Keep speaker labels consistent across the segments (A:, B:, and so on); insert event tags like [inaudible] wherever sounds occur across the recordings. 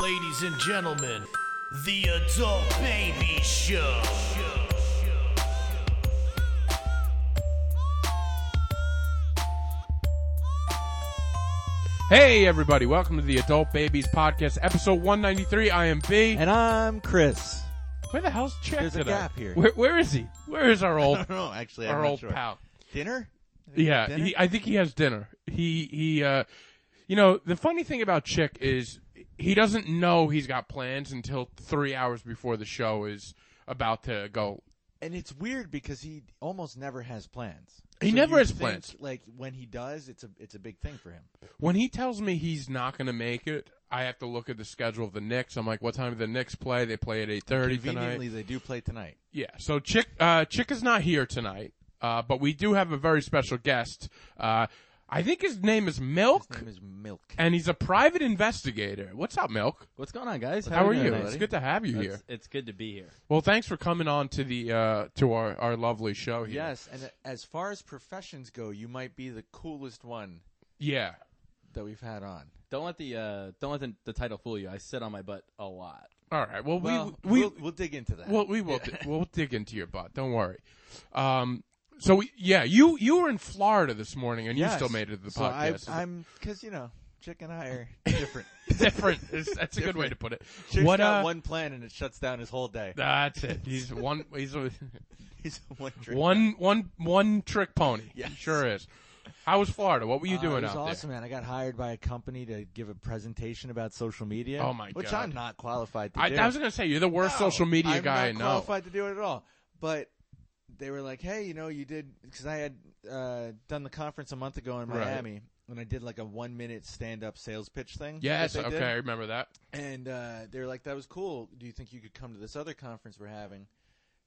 A: Ladies and gentlemen, the Adult Baby Show.
B: Hey, everybody, welcome to the Adult Babies Podcast, episode 193. I am B.
C: And I'm Chris.
B: Where the hell's Chad
C: There's a
B: tonight?
C: gap here.
B: Where, where is he? Where is our
C: [laughs] I [laughs]
B: old,
C: don't know, actually. I'm
B: our
C: not
B: old
C: sure.
B: pal?
C: Dinner?
B: Yeah,
C: Dinner?
B: he, I think he has dinner. He, he, uh, you know, the funny thing about Chick is he doesn't know he's got plans until three hours before the show is about to go.
C: And it's weird because he almost never has plans.
B: He never
C: you
B: has
C: think,
B: plans.
C: Like when he does, it's a it's a big thing for him.
B: When he tells me he's not going to make it, I have to look at the schedule of the Knicks. I'm like, what time do the Knicks play? They play at 8.30 tonight.
C: Conveniently, they do play tonight.
B: Yeah. So Chick uh, Chick is not here tonight, uh, but we do have a very special guest. Uh, I think his name is Milk,
C: His name is Milk.
B: and he's a private investigator. What's up, Milk?
D: What's going on, guys?
B: How are
D: doing,
B: you?
D: buddy?
B: It's good to have you here.
D: It's, it's good to be here.
B: Well, thanks for coming on to the uh, to our, our lovely show here.
C: Yes, and as far as professions go, you might be the coolest one
B: Yeah.
C: that we've had on.
D: Don't let the uh, don't let the, the title fool you. I sit on my butt
B: [laughs]
D: a lot.
B: All right. Well,
C: Well,
B: we we
C: will we'll dig into that.
B: Well, we will.
C: [laughs]
B: Di- we'll dig into your butt. Don't worry. Um, so we, yeah, you you were in Florida this morning, and
C: Yes.
B: you still made it to the
C: so I,
B: podcast.
C: I'm because you know, Chick and I
B: [laughs]
C: are different. [laughs]
B: different. That's a good way to put it.
C: Chick's
B: what
C: got
B: uh,
C: one plan and it shuts down his whole day.
B: That's it. He's one. He's a,
C: [laughs] He's a one trick.
B: one one one trick pony. He
C: Yes.
B: sure is. How was Florida? What were you
C: Uh,
B: doing
C: it was
B: out
C: awesome, man. I got hired by a company to give a presentation about social media.
B: Oh, my
C: which
B: God.
C: I'm not qualified to
B: there?
C: do.
B: I, I was gonna say you're the worst
C: No,
B: social media
C: I'm
B: guy
C: not
B: I know.
C: qualified to do it at all. But they were like, "Hey, you know, you did because I had uh, done the conference a month ago in
B: Right.
C: Miami." And I did like a one minute stand up sales pitch thing. that
B: Yes.
C: they
B: Okay,
C: did.
B: I remember that.
C: And uh, they were like, that was cool. Do you think you could come to this other conference we're having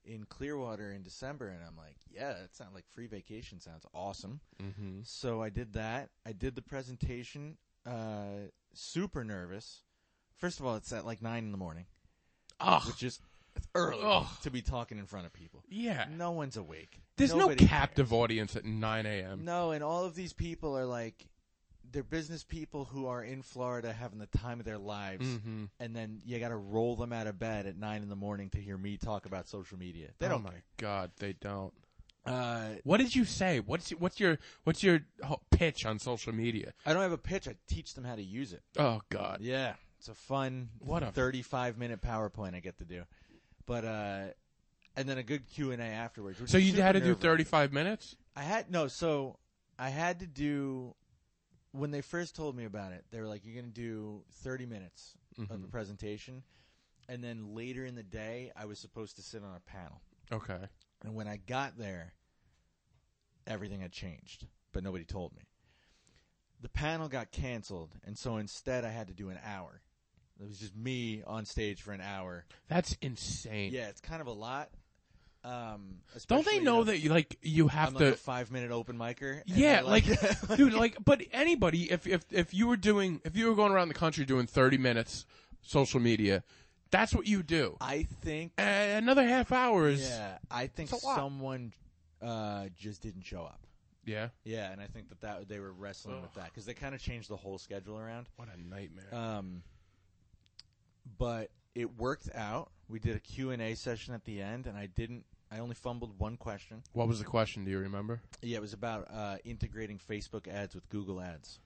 C: in Clearwater in December? And I'm like, yeah, that sounds like free vacation sounds awesome.
B: Mm-hmm.
C: So I did that. I did the presentation. Uh, super nervous. First of all, it's at like nine in the morning,
B: Oh
C: which is it's early
B: Ugh.
C: to be talking in front of people.
B: yeah.
C: No one's awake.
B: There's
C: Nobody
B: no captive
C: cares.
B: audience at 9 a.m.
C: No, and all of these people are like, they're business people who are in Florida having the time of their lives,
B: Mm-hmm.
C: and then you got to roll them out of bed at nine in the morning to hear me talk about social media. They
B: oh
C: don't.
B: my God, they don't.
C: Uh,
B: What did you say? What's what's your what's your ho- pitch on social media?
C: I don't have a pitch. I teach them how to use it.
B: Oh God,
C: Yeah, it's a fun
B: What a-
C: 35 minute PowerPoint I get to do. But uh and then a good Q&A afterwards. which
B: so
C: is
B: you
C: super
B: had to do
C: nerve-wracking.
B: 35 minutes?
C: I had no, so I had to do when they first told me about it, they were like you're going to do 30 minutes of
B: Mm-hmm.
C: the presentation and then later in the day I was supposed to sit on a panel.
B: Okay.
C: And when I got there, everything had changed, but nobody told me. The panel got canceled, and so instead I had to do an hour. It was just me on stage for an hour.
B: That's insane.
C: Yeah, it's kind of a lot. Um,
B: Don't they
C: especially,
B: know
C: you
B: that you like you have
C: I'm
B: to
C: like a five minute open micer? and
B: Yeah,
C: they're
B: like,
C: [laughs]
B: dude, like but anybody if if if you were doing if you were going around the country doing 30 minutes social media, that's what you do.
C: I think.
B: And another half hour is
C: Yeah, I think
B: It's a lot.
C: someone uh, just didn't show up.
B: Yeah.
C: Yeah, and I think that, that they were wrestling with that because they kind of changed the whole schedule around.
B: What a nightmare.
C: Um, but it worked out. We did a Q&A session at the end, and I didn't. I only fumbled one question.
B: what was the question, do you remember?
C: Yeah, it was about uh, integrating Facebook ads with Google ads.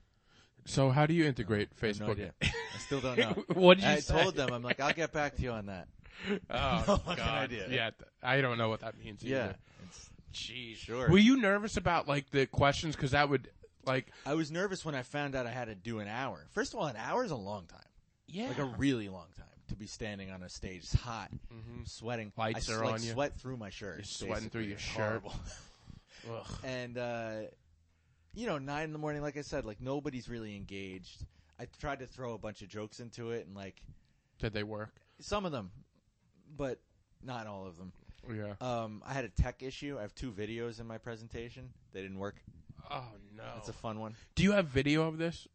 B: So how do you integrate
C: I have no
B: Facebook? [laughs]
C: idea. I still don't know.
B: what did you
C: I
B: say?
C: told them, I'm like, I'll get back to you on that.
B: Oh,
C: [laughs] No fucking
B: God.
C: idea.
B: Yeah, th- I don't know what that means
C: Yeah,
B: either.
C: it's-
B: Jeez.
C: sure.
B: Were you nervous about like the questions cuz that would like
C: I was nervous when I found out I had to do an hour. First of all, an hour is a long time,
B: yeah.
C: like a really long time to be standing on a stage. It's hot, sweating.
B: Mm-hmm. Lights
C: I, s-
B: are
C: like,
B: on you.
C: Sweat through my shirt.
B: You're sweating through
C: basically.
B: your
C: It's
B: shirt.
C: Horrible.
B: [laughs] Ugh.
C: and uh, you know, nine in the morning, like I said, like nobody's really engaged. I tried to throw a bunch of jokes into it, and like
B: Did they work?
C: some of them, but not all of them.
B: Yeah.
C: Um, I had a tech issue. I have two videos in my presentation. They didn't work.
B: Oh no.
C: That's a fun one.
B: Do you have video of this?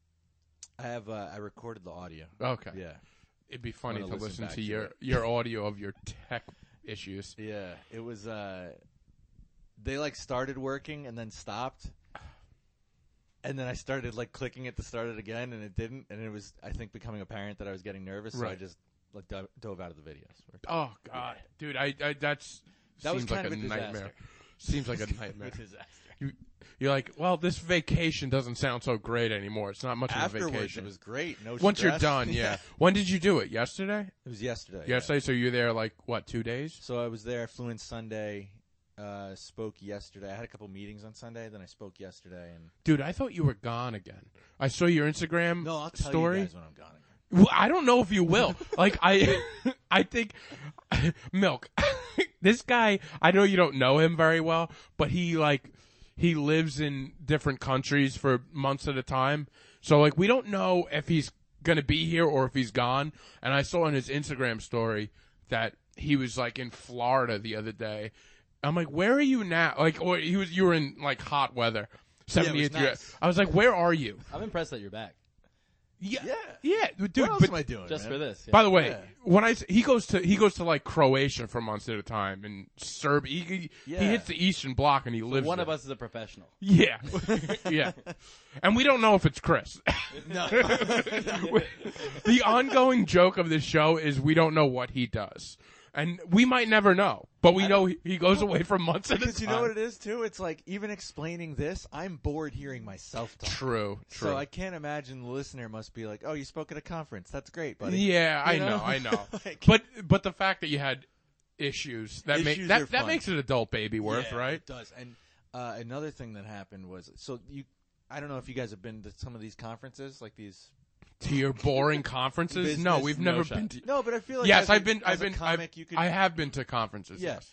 C: I have. Uh, I recorded the audio.
B: Okay.
C: Yeah,
B: It'd be funny to
C: Wanna listen
B: listen
C: back
B: to
C: to
B: your
C: it.
B: your audio of your tech issues.
C: yeah. It was. Uh, they like started working and then stopped. and then I started like clicking it to start it again, and it didn't. And it was, I think, becoming apparent that I was getting nervous, so I
B: Right.
C: just like do- dove out of the videos.
B: Oh God, dude, I, I that's
C: That was
B: seems
C: kind
B: like
C: of
B: a
C: a
B: nightmare.
C: disaster.
B: Seems
C: [laughs]
B: like a nightmare.
C: disaster.
B: You, you're like, well, this vacation doesn't sound so great anymore. It's not much of a
C: Afterwards,
B: vacation.
C: it was great. No,
B: Once you're
C: stress. [laughs]
B: done, yeah. When did you do it? Yesterday?
C: it was yesterday. yeah.
B: Yesterday. So you're there like what? Two days?
C: So I was there. Flew in Sunday. Uh, spoke yesterday. I had a couple meetings on Sunday. Then I spoke yesterday, and
B: Dude, I thought you were gone again. I saw your Instagram
C: no, I'll tell
B: story.
C: you guys when I'm gone.
B: Well, I don't know if you will. like I, [laughs] I think milk. [laughs] this guy, I know you don't know him very well, but he like he lives in different countries for months at a time. So like we don't know if he's gonna be here or if he's gone. And I saw on his Instagram story that he was like in Florida the other day. I'm like, where are you now? Like, or he was, you were in like hot weather. 78th year.
C: nice.
B: I was like, where are you?
D: I'm impressed that you're back
B: Yeah.
C: Yeah.
B: Yeah. Dude,
C: what else
B: but
C: am I doing?
D: just
C: man?
D: for this. yeah.
B: By the way,
C: Yeah.
B: when I s- he goes to he goes to like Croatia for months at a time and Serbia. He, he-
C: Yeah.
B: he hits the Eastern Bloc and he lives.
D: one of
B: there.
D: us is a professional.
C: [laughs]
B: Yeah, yeah, and we don't know if it's Chris. [laughs]
C: No.
B: the ongoing joke of this show is we don't know what he does, and we might never know. But we know he, he goes away for months at a time.
C: Because you know what it is too. It's like even explaining this, I'm bored hearing myself talk.
B: True. True.
C: So I can't imagine the listener must be like, "Oh, you spoke at a conference. That's great, buddy."
B: Yeah, I
C: You
B: know,
C: know? [laughs]
B: I know.
C: Like-
B: but but the fact that you had issues that ma-
C: Issues are
B: that that
C: fun.
B: makes it adult baby worth,
C: Yeah,
B: right?
C: It does. And uh, another thing that happened was, so you, I don't know if you guys have been to some of these conferences, like these.
B: to your
C: [laughs]
B: boring conferences?
C: Business,
B: no, we've
D: no
B: never
D: shot.
B: been to.
C: No, but I feel like
B: yes,
C: as a-
B: I've been.
C: as
B: I've
C: a
B: been.
C: Comic,
B: I've,
C: you could.
B: I have been to conferences.
C: Yeah.
B: Yes.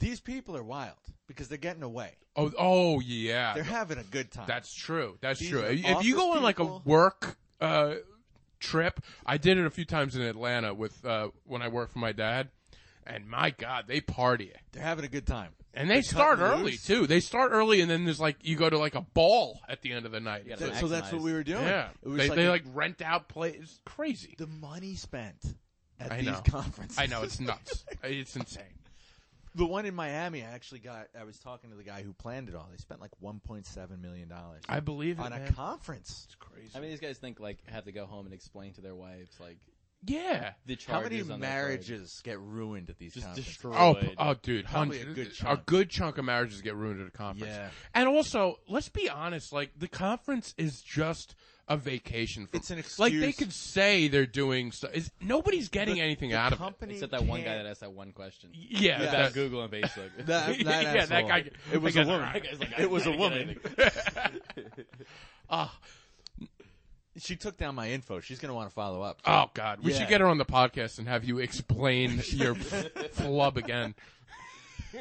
C: These people are wild because they're getting away.
B: Oh. Oh yeah.
C: They're having a good time.
B: That's true. That's
C: These
B: true.
C: are
B: If you go
C: office
B: on like a
C: people.
B: work uh, trip, I did it a few times in Atlanta with uh, when I worked for my dad, and my God, they party.
C: they're having a good time.
B: And they
C: cutting
B: start early
C: loose.
B: too. They start early, and then there's like you go to like a ball at the end of the night.
D: You
B: Yeah,
D: gotta
C: So that's what
D: maximize.
C: we were doing. It was
B: they
C: like,
B: they
C: a-
B: like rent out places.
C: [laughs]
B: Crazy.
C: the money spent at
B: I
C: these
B: know.
C: conferences.
B: I know it's nuts. it's insane.
C: [laughs] The one in Miami, I actually got. I was talking to the guy who planned it all. They spent like 1.7 million dollars
B: I believe it,
C: on a
B: man.
C: conference.
B: It's crazy.
D: I mean, these guys think like have to go home and explain to their wives like
B: yeah.
D: the
C: How
D: charges
C: many
D: on their flag.
C: marriages get ruined at these
D: just
C: conferences?
D: destroyed.
B: Oh, p- oh, dude,
C: Probably
B: hundred-
C: a good
B: a
C: chunk.
B: good chunk of marriages get ruined at a conference.
C: Yeah.
B: And also, let's be honest, like the conference is just a vacation. From,
C: It's an
B: Like they
C: excuse.
B: could say they're doing stuff. Nobody's getting
C: The-
B: anything
C: the
B: out of it.
C: company
D: Except that one guy
C: can't-
D: that asked that one question.
B: Yeah,
C: Yeah.
B: [laughs]
D: About
B: that-
D: Google and Facebook.
C: [laughs]
D: [laughs]
C: That, that
B: yeah, that
C: asshole.
B: guy.
C: It was
B: that
C: a
B: guy-
C: woman.
D: That guy's like, I
B: [laughs]
C: it was a
D: can't get
C: woman.
D: anything.
B: Oh,
C: She took down my info. She's gonna want to follow up.
B: [laughs] oh God, we should
C: Yeah.
B: get her on the podcast and have you
C: [laughs]
B: explain your f- flub again.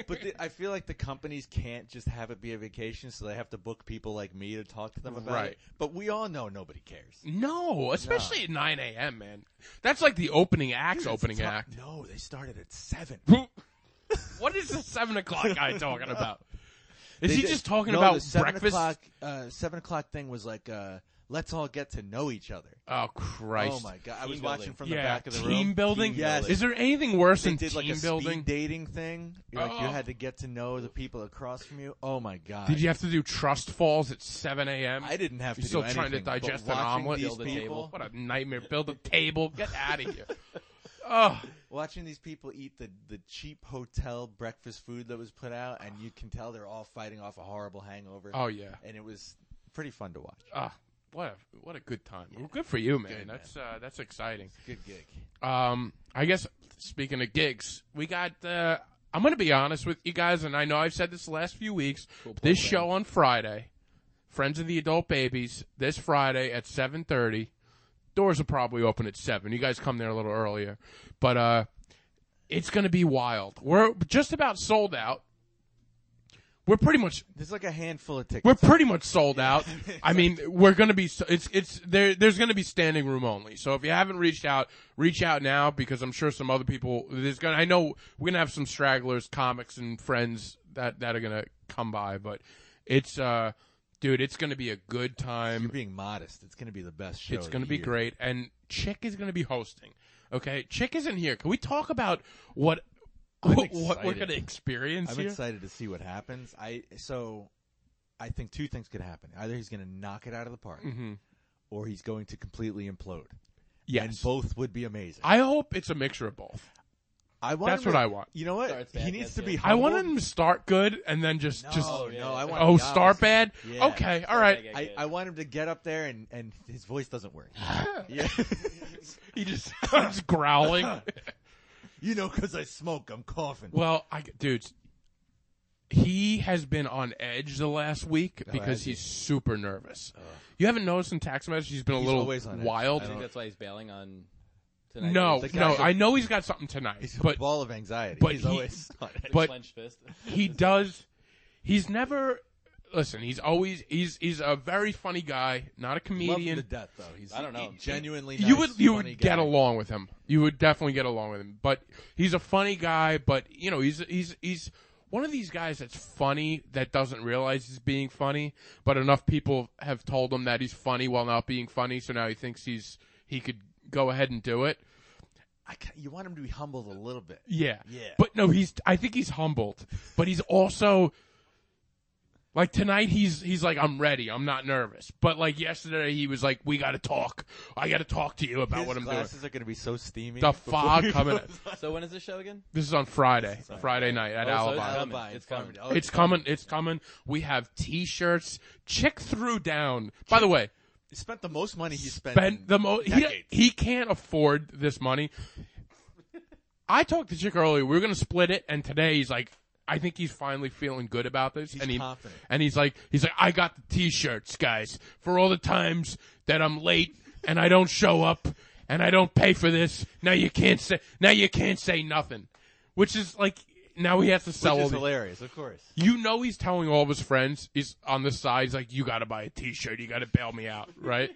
C: But the, I feel like the companies can't just have it be a vacation, so they have to book people like me to talk to them about
B: Right.
C: it. But we all know nobody cares.
B: No, especially at nine a.m. Man, that's like the opening act's opening
C: It's
B: act.
C: not- No, they started at seven.
B: Who- [laughs] what is the seven o'clock guy talking about? Is
C: They
B: he
C: did-
B: just talking
C: no,
B: about
C: the seven
B: breakfast?
C: O'clock, uh, seven o'clock thing was like, uh, let's all get to know each other.
B: Oh Christ!
C: Oh my god! I
D: Team
C: was
D: building.
C: watching from
B: yeah,
C: the back of the
B: team
C: room.
B: building.
C: Team Yes. building.
B: Is there anything worse
C: They
B: than
C: did like
B: team
C: a
B: building?
C: speed dating thing. Like you
B: Oh.
C: had to get to know the people across from you. Oh my god!
B: Did you have to do trust falls at seven a.m.?
C: I didn't have
B: You're
C: to.
B: still
C: do
B: trying to
C: anything, but
B: digest an
C: watching
B: omelet.
C: These
D: Build a
C: people,
D: table.
B: What a nightmare! Build a table. Get out of here. [laughs] Oh,
C: Watching these people eat the the cheap hotel breakfast food that was put out, and you can tell they're all fighting off a horrible hangover.
B: oh yeah.
C: and it was pretty fun to watch.
B: Oh, what a what a good time. Well, good for you, man.
C: Good, man.
B: that's uh, that's exciting.
C: Good gig.
B: Um, I guess speaking of gigs, we got. Uh, I'm going to be honest with you guys, and I know I've said this the last few weeks.
D: Cool
B: this
D: program.
B: show on Friday, Friends of the Adult Babies, this Friday at 7:30. Doors will probably open at seven. You guys come there a little earlier, but uh, it's going to be wild. We're just about sold out. We're pretty much
C: There's like a handful of tickets.
B: we're pretty much sold
C: [laughs]
B: out. I mean, we're gonna be, it's, it's, there, there's gonna be standing room only. So if you haven't reached out, reach out now because I'm sure some other people, there's gonna, I know we're gonna have some stragglers, comics and friends that, that are gonna come by, but it's, uh, dude, it's gonna be a good time.
C: You're being modest. It's going to be the best show.
B: It's
C: of
B: going to
C: the
B: be
C: year.
B: great. And Chick is going to be hosting. Okay. Chick isn't here. Can we talk about what, [laughs] what, what we're
C: excited.
B: going to experience
C: I'm
B: here?
C: excited to see what happens. I so I think two things could happen. Either he's going to knock it out of the park,
B: Mhm.
C: or he's going to completely implode. And
B: Yes.
C: both would be amazing.
B: I hope it's a mixture of both.
C: I want
B: That's
C: him
B: what
C: to-
B: I want.
C: You know what?
D: Starts
C: he
D: bad,
C: needs
D: yes,
C: to be.
D: yeah.
B: I
C: Humble.
B: want him to start good and then just just
C: No, no, I want
B: oh
C: him to
B: start
C: obviously-
B: bad.
C: Yeah.
B: Okay, all right.
C: I, I want him to get up there and, and his voice
B: [sighs]
C: doesn't work. yeah. [laughs]
B: He just [laughs] starts growling.
C: you know, because I smoke, I'm coughing.
B: well, I dude, he has been on edge the last week because
C: Oh, has he?
B: he's super nervous. You haven't noticed in text messages he's been a
C: He's always
B: little
C: on edge.
B: wild.
C: I
D: I think
C: don't-
D: that's why he's bailing on tonight.
B: No,
C: The guy-
B: no, I know he's got something tonight,
C: He's
B: but
C: a ball of anxiety.
B: but
C: he's
B: he-
C: always [laughs] on it.
B: but-
D: but clenched fist. [laughs]
B: he does he's never listen he's always he's he's a very funny guy not a
C: Love him
B: comedian
C: to death, though. He's
D: I don't know.
C: genuinely.
B: you
C: nice,
B: would you
C: funny
B: would
C: guy.
B: get along with him you would definitely get along with him but he's a funny guy but you know he's he's he's one of these guys that's funny that doesn't realize he's being funny but enough people have told him that he's funny while not being funny so now he thinks he's he could go ahead and do it
C: I ca- you want him to be humbled a little bit.
B: Yeah.
C: Yeah.
B: But no, he's I think he's humbled, but he's also like tonight he's he's like I'm ready. I'm not nervous. But like yesterday he was like we got to talk. I got to talk to you about
C: His
B: what I'm doing.
C: glasses are going to be so steamy. [laughs]
B: The
C: before
B: fog
C: he
B: coming.
C: goes on.
D: So when is this show again?
B: This is on Friday. Friday night at
D: Oh, so
B: Alibi.
D: it's coming.
C: Alibi,
D: It's coming.
C: Oh,
B: it's coming. It's coming. We have t-shirts. Chick threw down. By the way,
C: He spent the most money he spent.
B: Ben, the mo- he,
C: decades.
B: he can't afford this money. I talked to Chick earlier. We were going to split it, and today he's like, I think he's finally feeling good about this.
C: He's
B: and he,
C: confident.
B: And he's like, he's like, I got the t-shirts, guys, for all the times that I'm late and I don't show up and I don't pay for this. Now you can't say, now you can't say nothing, which is like, now he has to sell
C: which
B: all
C: is
B: these.
C: hilarious, of [laughs] course.
B: You know he's telling all of his friends. He's on the side. He's like, "You got to buy a T-shirt. You got to bail me out, right?"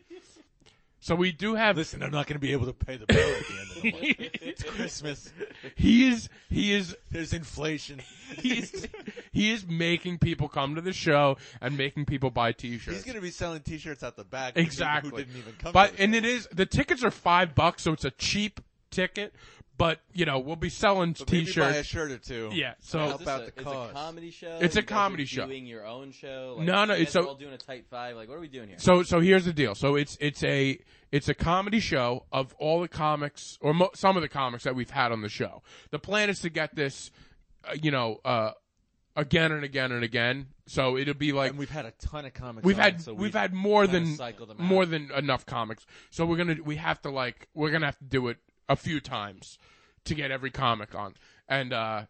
C: [laughs]
B: so we do have.
C: Listen, I'm not going to be able to pay the bill at the end of the month. [laughs] It's Christmas.
B: he is. He is.
C: [laughs] There's inflation.
B: He is. he is making people come to the show and making people buy T-shirts.
C: He's going to be selling T-shirts out the back. for people
B: exactly.
C: Who didn't even come.
B: but
C: to the
B: and
C: show.
B: it is the tickets are five bucks, so it's a cheap ticket. But you know we'll be selling
C: Maybe buy a
B: T-shirts.
C: shirt or two.
B: Yeah. So
C: Help out the
D: it's
C: cause.
D: a comedy show.
B: It's a
D: You guys are
B: comedy show.
D: Doing your own show. Like,
B: No, no,
D: you guys
B: it's
D: are
B: a-
D: all doing a tight five. Like, what are we doing here?
B: So so here's the deal. So it's it's a it's a comedy show of all the comics or mo- some of the comics that we've had on the show. The plan is to get this, uh, you know, uh, again and again and again. So it'll be like
C: and we've had a ton of comics.
B: we've
C: on,
B: had
C: so
B: we've had more
D: kinda
B: than
D: cycled them out.
B: more than enough comics. So we're gonna we have to like we're gonna have to do it a few times to get every comic on, and uh,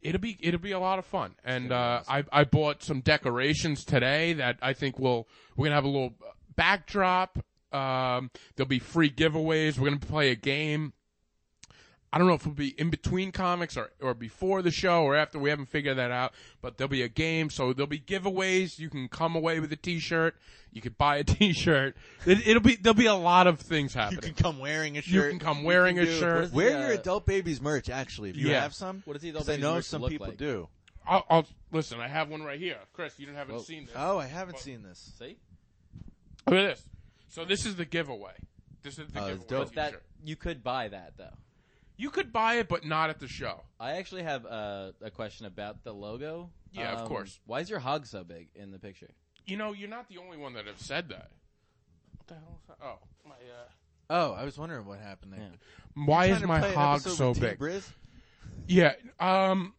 B: it'll be it'll be a lot of fun. And uh, I I bought some decorations today that I think will we're gonna have a little backdrop. Um, there'll be free giveaways. We're gonna play a game. I don't know if it'll be in between comics or, or before the show or after. We haven't figured that out, but there'll be a game. So there'll be giveaways. You can come away with a t-shirt. You could buy a [laughs] t-shirt. It, it'll be, there'll be a lot of things
C: You
B: happening.
C: can come wearing
B: You
C: a shirt.
B: can come wearing a
D: do-
B: shirt.
C: Wear
D: Yeah.
C: your adult babies merch. Actually, if you
B: Yeah.
C: have some,
D: What does the adult
C: 'Cause I
D: babies
C: know
D: merch
C: some
D: look
C: people
D: like?
C: do.
B: I'll, I'll, listen, I have one right here. Chris, you haven't
D: Whoa.
B: seen this.
C: Oh, I haven't seen this.
D: See,
B: Look at this. So this is the giveaway. This is the
C: Oh, it's
B: giveaway
C: dope.
B: t-shirt.
D: that you could buy that though.
B: You could buy it, but not at the show.
D: I actually have uh, a question about the logo. Um,
B: Yeah, of course.
D: Why is your hog so big in the picture?
B: You know, you're not the only one that have said that. What the hell is that? Oh, my, uh...
C: Oh, I was wondering what happened there.
D: Yeah.
B: Why
C: Trying
B: is
C: to
B: my
C: play an
B: hog
C: episode
B: so
C: with T.
B: big?
C: Briz?
B: Yeah. Um,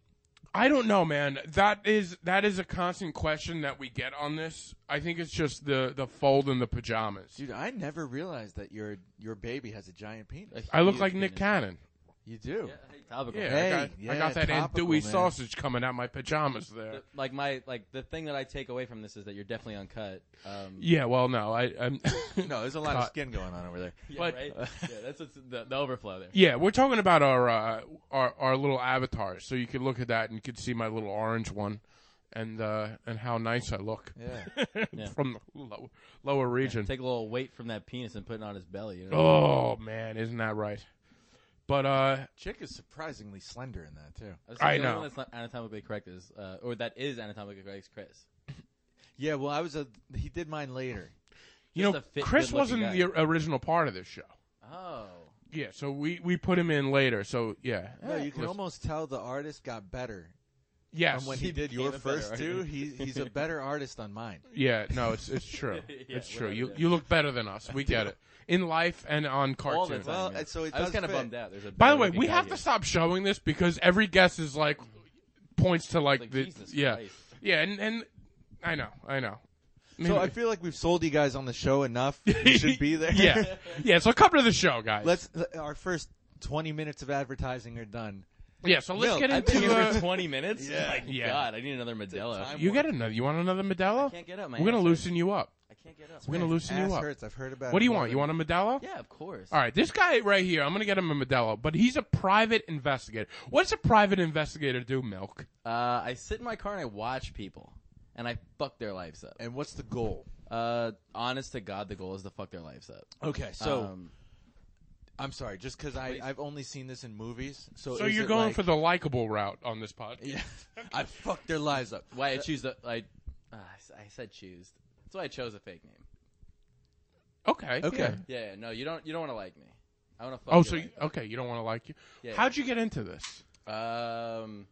B: I don't know, man. That is that is a constant question that we get on this. I think it's just the the fold in the pajamas.
C: Dude, I never realized that your your baby has a giant penis.
B: I look
D: Huge
B: like Nick
D: penis.
B: Cannon.
C: You do.
D: [laughs] Yeah, hey, topical.
B: Yeah,
C: Hey,
B: I, got, I
C: yeah,
B: got that Aunt
C: topical,
B: Dewey
C: man.
B: sausage coming out my pajamas there.
D: The- Like my like the thing that I take away from this is that you're definitely uncut. Um,
B: Yeah, well, no, I, I'm. [laughs]
C: No, there's a lot of
B: Cut.
C: skin going on over there.
D: yeah,
B: but- [laughs]
D: right? yeah, that's what's the, the overflow there.
B: yeah, we're talking about our uh, our our little avatars, so you could look at that and you could see my little orange one, and uh, and how nice I look [laughs]
C: Yeah.
D: Yeah.
B: from the low, lower region.
D: Take a little weight from that penis and put it on his belly. You know?
B: Oh man, isn't that right? But uh,
C: Chick is surprisingly slender in that too.
D: was like,
B: I
D: the only
B: know.
D: one that's not anatomically correct is, uh, or that is anatomically correct is Chris.
C: Yeah, well, I was a. He did mine later.
B: you
D: Just
B: know,
D: a fit,
B: Chris
D: good-looking
B: wasn't
D: guy.
B: the original part of this show.
D: Oh,
B: Yeah, so we we put him in later. So yeah,
C: No,
B: Eh,
C: you can
B: listen.
D: [laughs]
C: almost tell the artist got better
B: Yes.
C: And when he did
D: became
C: your
D: a better
C: first
D: artist.
C: two, he, he's a
D: [laughs]
C: better artist on mine.
B: yeah. No, it's it's true.
D: Yeah,
B: it's true.
D: without a
B: You
D: doubt.
B: you look better than us. We get it in life and on
D: All the
B: cartoons.
D: time.
C: Well,
D: yeah.
C: so it
D: I was
C: does
D: kind of
C: fit.
D: bummed out. There's a
B: By the way,
D: better-looking
B: we
D: guy
B: have
D: here.
B: to stop showing this because every guest is like points to like,
D: Like,
B: the
D: Jesus
B: yeah
D: Christ.
B: yeah and and I know I know.
C: So
B: mean,
C: I feel like we've sold you guys on the show
D: [laughs]
C: enough. You should be there.
B: [laughs] yeah
C: [laughs]
B: yeah. So come to the show, guys.
C: Let's our first twenty minutes of advertising are done.
B: yeah. So let's
C: Milk,
B: get
C: I've
D: I've been [laughs]
B: into.
D: here for
B: Uh,
D: 20 minutes.
C: Yeah.
D: My
B: Yeah.
D: God, I need another Modelo.
C: time-
B: you get another. You want another Modelo?
D: Can't get up, my
B: We're gonna
D: ass
B: loosen you up.
D: hurts. I can't get up.
B: We're gonna loosen
C: Ass
B: you up.
C: hurts. I've heard about.
B: What
C: it
B: do you
C: more
B: want?
C: than-
B: You want a Modelo?
D: Yeah, of course.
B: All right, this guy right here, I'm going to get him a Modelo, but he's a private investigator. What's a private investigator do, Milk?
D: Uh, I sit in my car and I watch people, and I fuck their lives up.
C: And what's the goal?
D: Uh, honest to God, the goal is to fuck their lives up.
C: Okay, so
D: um,
C: I'm sorry, just because I I've only seen this in movies. So
B: So
C: is
B: you're
C: it
B: going
C: like-
B: for the likable route on this pod.
C: [laughs] Yeah, I fucked their lives up.
D: why
C: [laughs]
D: I choose the I, uh, I said choose. That's why I chose a fake name.
B: Okay.
C: Okay.
B: yeah.
D: Yeah, yeah, no, you don't. You don't want to like me. I want to fuck.
B: Oh,
D: your
B: so you,
D: life.
B: okay, you don't want to like you.
D: Yeah,
B: How'd you get into this?
D: um,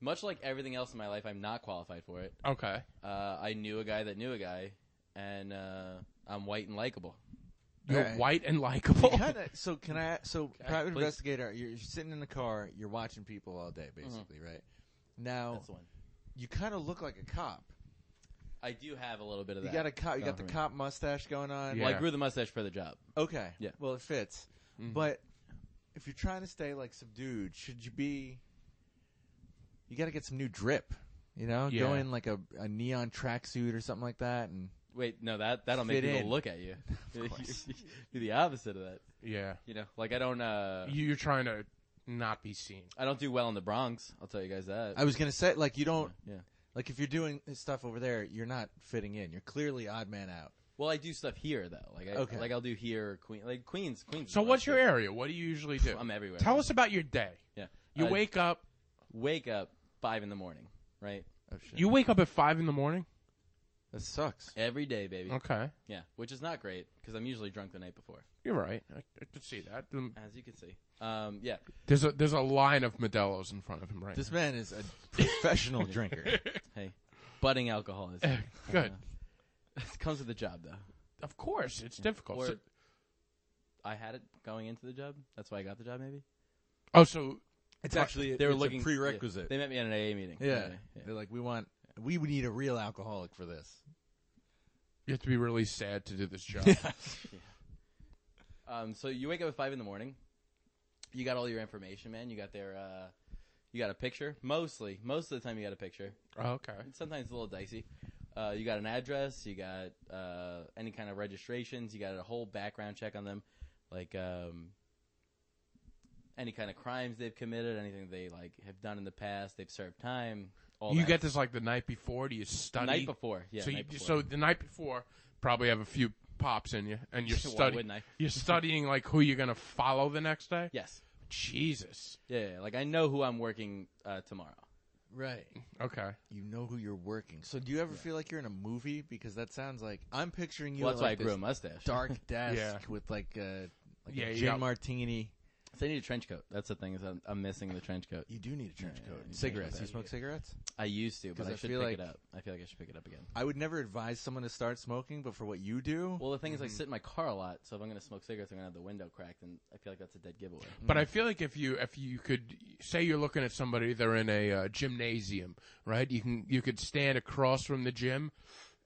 D: much like everything else in my life, I'm not qualified for it.
B: Okay.
D: Uh, I knew a guy that knew a guy, and uh, I'm white and likable.
B: You're
C: Alright.
B: white and likable.
C: Kinda, so can I? So private
D: please. Mm-hmm.
C: investigator, you're, you're sitting in the car, you're watching people all day, basically, right? Now
B: Oh.
D: That's the one.
C: you kind of look like a cop.
D: I do have a little bit of
C: You
D: that.
C: got a cop. You got the
D: Compliment.
C: cop mustache going on.
B: Yeah.
D: Well, I grew the mustache for the job.
C: Okay.
D: Yeah.
C: Well, it fits. But if you're trying to stay like subdued, should you be? You got to get some new drip. You know,
B: Yeah.
C: go in like a, a neon tracksuit or something like that, and
D: Wait, no, that that'll make
C: Fit
D: people
C: in.
D: look
B: [laughs]
D: at [laughs] you. You're
C: course.
D: the opposite of that.
B: [laughs] Yeah.
D: You know, like I don't uh
B: You- You're trying to not be seen.
D: I don't do well in the Bronx. I'll tell you guys that.
C: I was gonna say like you don't
D: yeah.
C: like if you're doing stuff over there, you're not fitting in. You're clearly odd man out.
D: Well, I do stuff here though. Like I
C: Okay.
D: like I'll do here Queen like Queens, Queens. is
B: So
D: the
B: what's
D: best
B: your
D: place.
B: area? What do you usually do?
D: I'm everywhere.
B: Tell us about your day.
D: Yeah.
B: You
D: I
B: wake up.
D: wake up 5 in the morning, right?
C: Oh shit,
B: You wake up at 5 in the morning?
C: that sucks.
D: Every day, baby.
B: Okay.
D: Yeah, which is not great cuz I'm usually drunk the night before,
B: You're right. I, I could see that.
D: as you can see. Um yeah.
B: There's a there's a line of Modelo's in front of him right
C: This man is a [laughs] professional drinker.
D: Hey, budding alcoholism.
B: now. [laughs] Good.
D: [laughs] it comes with the job though.
B: Of course, it's difficult.
D: Or
B: So-
D: I had it going into the job. That's why I got the job maybe.
B: oh, so
C: It's actually
D: they were
C: it's a
D: looking
C: prerequisite.
D: They met me at an AA meeting.
C: yeah.
D: yeah.
C: they're like we want we would need a real alcoholic for this.
B: you have to be really sad to do this job.
D: Um, so you wake up at five in the morning. You got all your information, man. You got their, uh, you got a picture. Mostly, most of the time, you got a picture.
B: Oh, okay.
D: It's sometimes a little dicey. Uh, you got an address. You got uh, any kind of registrations. You got a whole background check on them, like um, any kind of crimes they've committed, anything they like have done in the past. They've served time. All
B: you
D: that.
B: get this like the night before. Do you study?
D: night before. Yeah.
B: so
D: night
B: you,
D: before.
B: so the night before, probably have a few pops in you, and you're
D: [laughs] Why
B: studying.
D: wouldn't I?
B: You're studying like who you're gonna follow the next day.
D: yes.
B: Jesus.
D: Yeah, yeah, yeah. Like I know who I'm working uh, tomorrow.
C: Right.
D: Mm.
B: Okay.
C: You know who you're working. So do you ever feel like you're in a movie? Because that sounds like I'm picturing you.
D: Well, that's
C: at,
D: why I
C: like,
D: grew a
C: this [laughs]
D: mustache.
C: dark desk
B: Yeah.
C: with like a like
B: Yeah,
C: a
B: you
C: gin
B: got-
C: martini.
D: So I need a trench coat. That's the thing is I'm, I'm missing the trench coat.
C: You do need a trench
D: Yeah,
C: coat.
D: you
C: cigarettes.
D: can't
C: You smoke cigarettes?
D: I used to,
C: 'Cause
D: but
C: I
D: I should pick
C: feel
D: it
C: like-
D: up. I feel like I should pick it up again.
C: I would never advise someone to start smoking, but for what you do,
D: Well, the thing is,
B: Mm-hmm.
D: I sit in my car a lot, so if I'm going to smoke cigarettes, I'm going to have the window cracked, and I feel like that's a dead giveaway.
B: But I feel like if you if you could say you're looking at somebody, they're in a uh, gymnasium, right? You can you could stand across from the gym,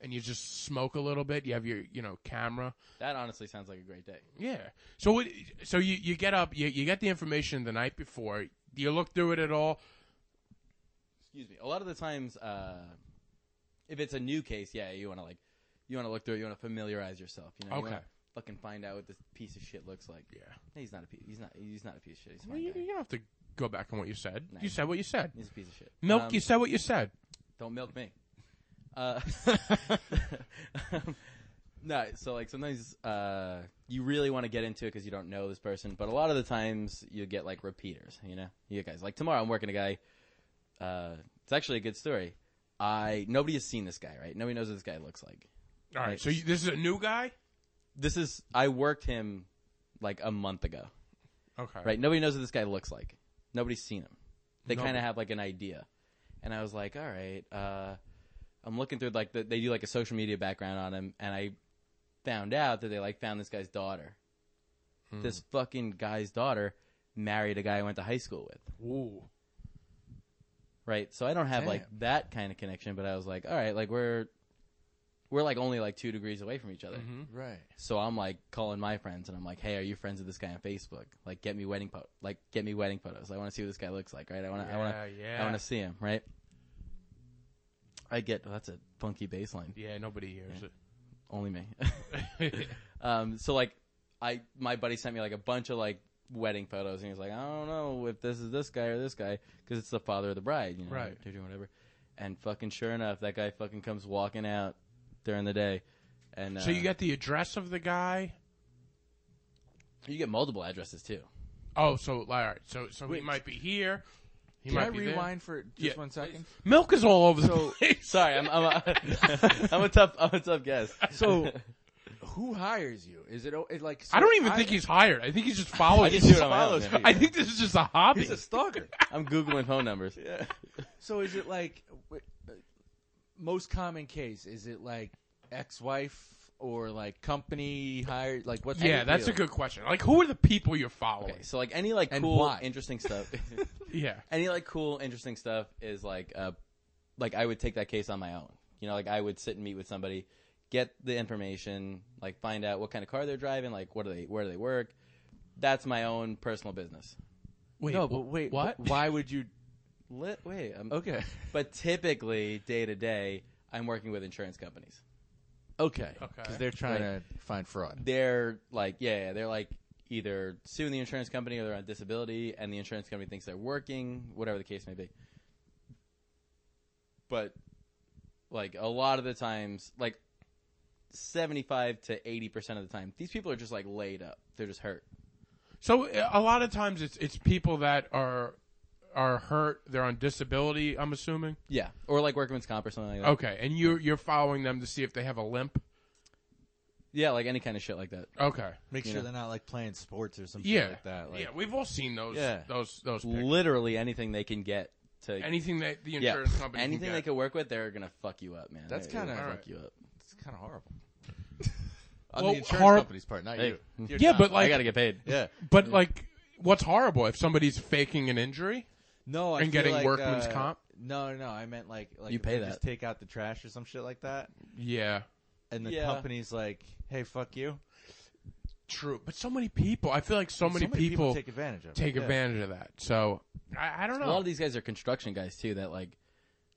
B: and you just smoke a little bit. You have your you know camera.
D: That honestly sounds like a great day.
B: Yeah. So what, so you, you get up, you, you get the information the night before, you look through it at all.
D: Excuse me. A lot of the times, uh, if it's a new case, yeah, you want to like, you want to look through it, you want to familiarize yourself. You know, you
B: Okay.
D: wanna fucking find out what this piece of shit looks like.
B: Yeah.
D: He's not a piece. He's not. He's not a piece of shit. He's, a
B: Well,
D: fine
B: you,
D: guy.
B: you don't have to go back on what you said.
D: No.
B: You said what you said.
D: He's a piece of shit.
B: Milk,
D: Um,
B: you said what you said.
D: Don't milk me. Uh, [laughs] no, so like sometimes uh, you really want to get into it because you don't know this person, but a lot of the times you get like repeaters. You know, you get guys like tomorrow I'm working a guy. Uh, it's actually a good story. I nobody has seen this guy, right? Nobody knows what this guy looks like.
B: All right.
D: right.
B: So you, this is a new guy?
D: This is I worked him like a month ago,
B: Okay.
D: right? Nobody knows what this guy looks like. Nobody's seen him. They
B: Nobody.
D: kind of have like an idea, and I was like, all right, uh, I'm looking through like the, they do like a social media background on him, and I found out that they like found this guy's daughter. This fucking guy's daughter married a guy I went to high school with,
B: Ooh.
D: right? So I don't have like that kind of connection, but I was like, all right, like we're we're like only like two degrees away from each other.
B: Mm-hmm.
C: Right.
D: So I'm like calling my friends and I'm like, "Hey, are you friends with this guy on Facebook? Like, get me wedding po- like get me wedding photos. I want to see what this guy looks like, right? I want to, I want to,
B: Yeah, yeah.
D: I want to see him, right? I get well, that's a funky baseline.
B: Yeah, nobody hears
D: Only me. [laughs]
B: it. [laughs]
D: um, so like, I my buddy sent me like a bunch of like wedding photos and he was like, I don't know if this is this guy or this guy because it's the father of the bride, you know,
B: Right.
D: or whatever. And fucking sure enough, that guy fucking comes walking out during the day, and uh,
B: so you got the address of the guy.
D: you get multiple addresses too.
B: Oh, so all right. So so he might be here. He
C: Can
B: might
C: I
B: be there.
C: rewind for just
B: Yeah.
C: one second?
B: Milk is all over the
C: So-
B: place.
D: Sorry, I'm I'm a, [laughs] I'm a tough I'm a tough guest.
C: So, who hires you? Is it o- it like?
B: [laughs] I don't even
C: so
B: think he's hired. I think he's just following.
D: just do it on my
B: follows.
D: own, yeah.
B: I think this is just a hobby.
C: [laughs] He's
B: [laughs]
C: a stalker.
D: I'm googling phone numbers. Yeah.
C: so is it like w- uh, most common case? Is it like ex-wife or like company hired? Like what's
B: yeah,
C: the
B: that's a
C: deal?
B: good question. Like, who are the people you're following?
D: Okay, so like any like
C: And
D: cool
C: why?
D: interesting stuff, [laughs]
B: Yeah.
D: any like cool interesting stuff is like uh like I would take that case on my own. You know, like I would sit and meet with somebody, get the information, like find out what kind of car they're driving, like what do they where do they work. That's my own personal business.
B: Wait.
C: No,
B: wh-
C: but wait,
B: What?
C: wh- Why would
B: [laughs]
C: you?
D: Lit, wait, I'm,
C: Okay,
D: But typically, day to day, I'm working with insurance companies.
C: okay,
B: Okay.
C: because they're trying to find fraud.
D: they're like yeah, yeah, they're like either suing the insurance company or they're on disability and the insurance company thinks they're working whatever the case may be but like a lot of the times like 75 to 80% of the time these people are just like laid up they're just hurt
B: So uh, a lot of times it's it's people that are are hurt. They're on disability. I'm assuming.
D: yeah or like workman's comp or something like that
B: Okay, and you're you're following them to see if they have a limp.
D: yeah like any kind of shit like that
B: Okay.
C: Make
D: You
C: sure
D: know.
C: they're not like playing sports or something
B: Yeah.
C: like that. Like,
B: yeah. We've all seen those.
C: Yeah.
B: Those those. pics.
D: literally anything they can get to
B: Anything that the
D: yeah,
B: insurance company.
D: anything
B: can
D: they
B: get.
D: can work with, they're gonna fuck you up, man.
C: That's
D: They're gonna
C: kinda-
D: fuck
B: Alright.
D: you up.
C: it's kind of horrible. [laughs] On
B: Well,
C: the insurance
B: horrib-
C: company's part, not
D: Hey.
B: [laughs]
C: you.
B: Yeah, but
D: I
B: like,
D: gotta get paid.
C: Yeah.
B: but like, what's horrible if somebody's faking an injury?
C: No, I
B: And
C: feel
B: getting
C: like,
B: workman's
C: uh,
B: comp?
C: No, no, I meant like like
D: You
C: if
D: pay
C: they
D: that.
C: Just take out the trash or some shit like that,
B: Yeah.
C: and the
D: Yeah.
C: company's like, "Hey, fuck you."
B: True, but so many people. I feel like so many, people,
C: take advantage of it.
B: take
C: Yeah.
B: advantage of that. So I, I don't
D: A lot
B: know.
D: of these guys are construction guys too. That like,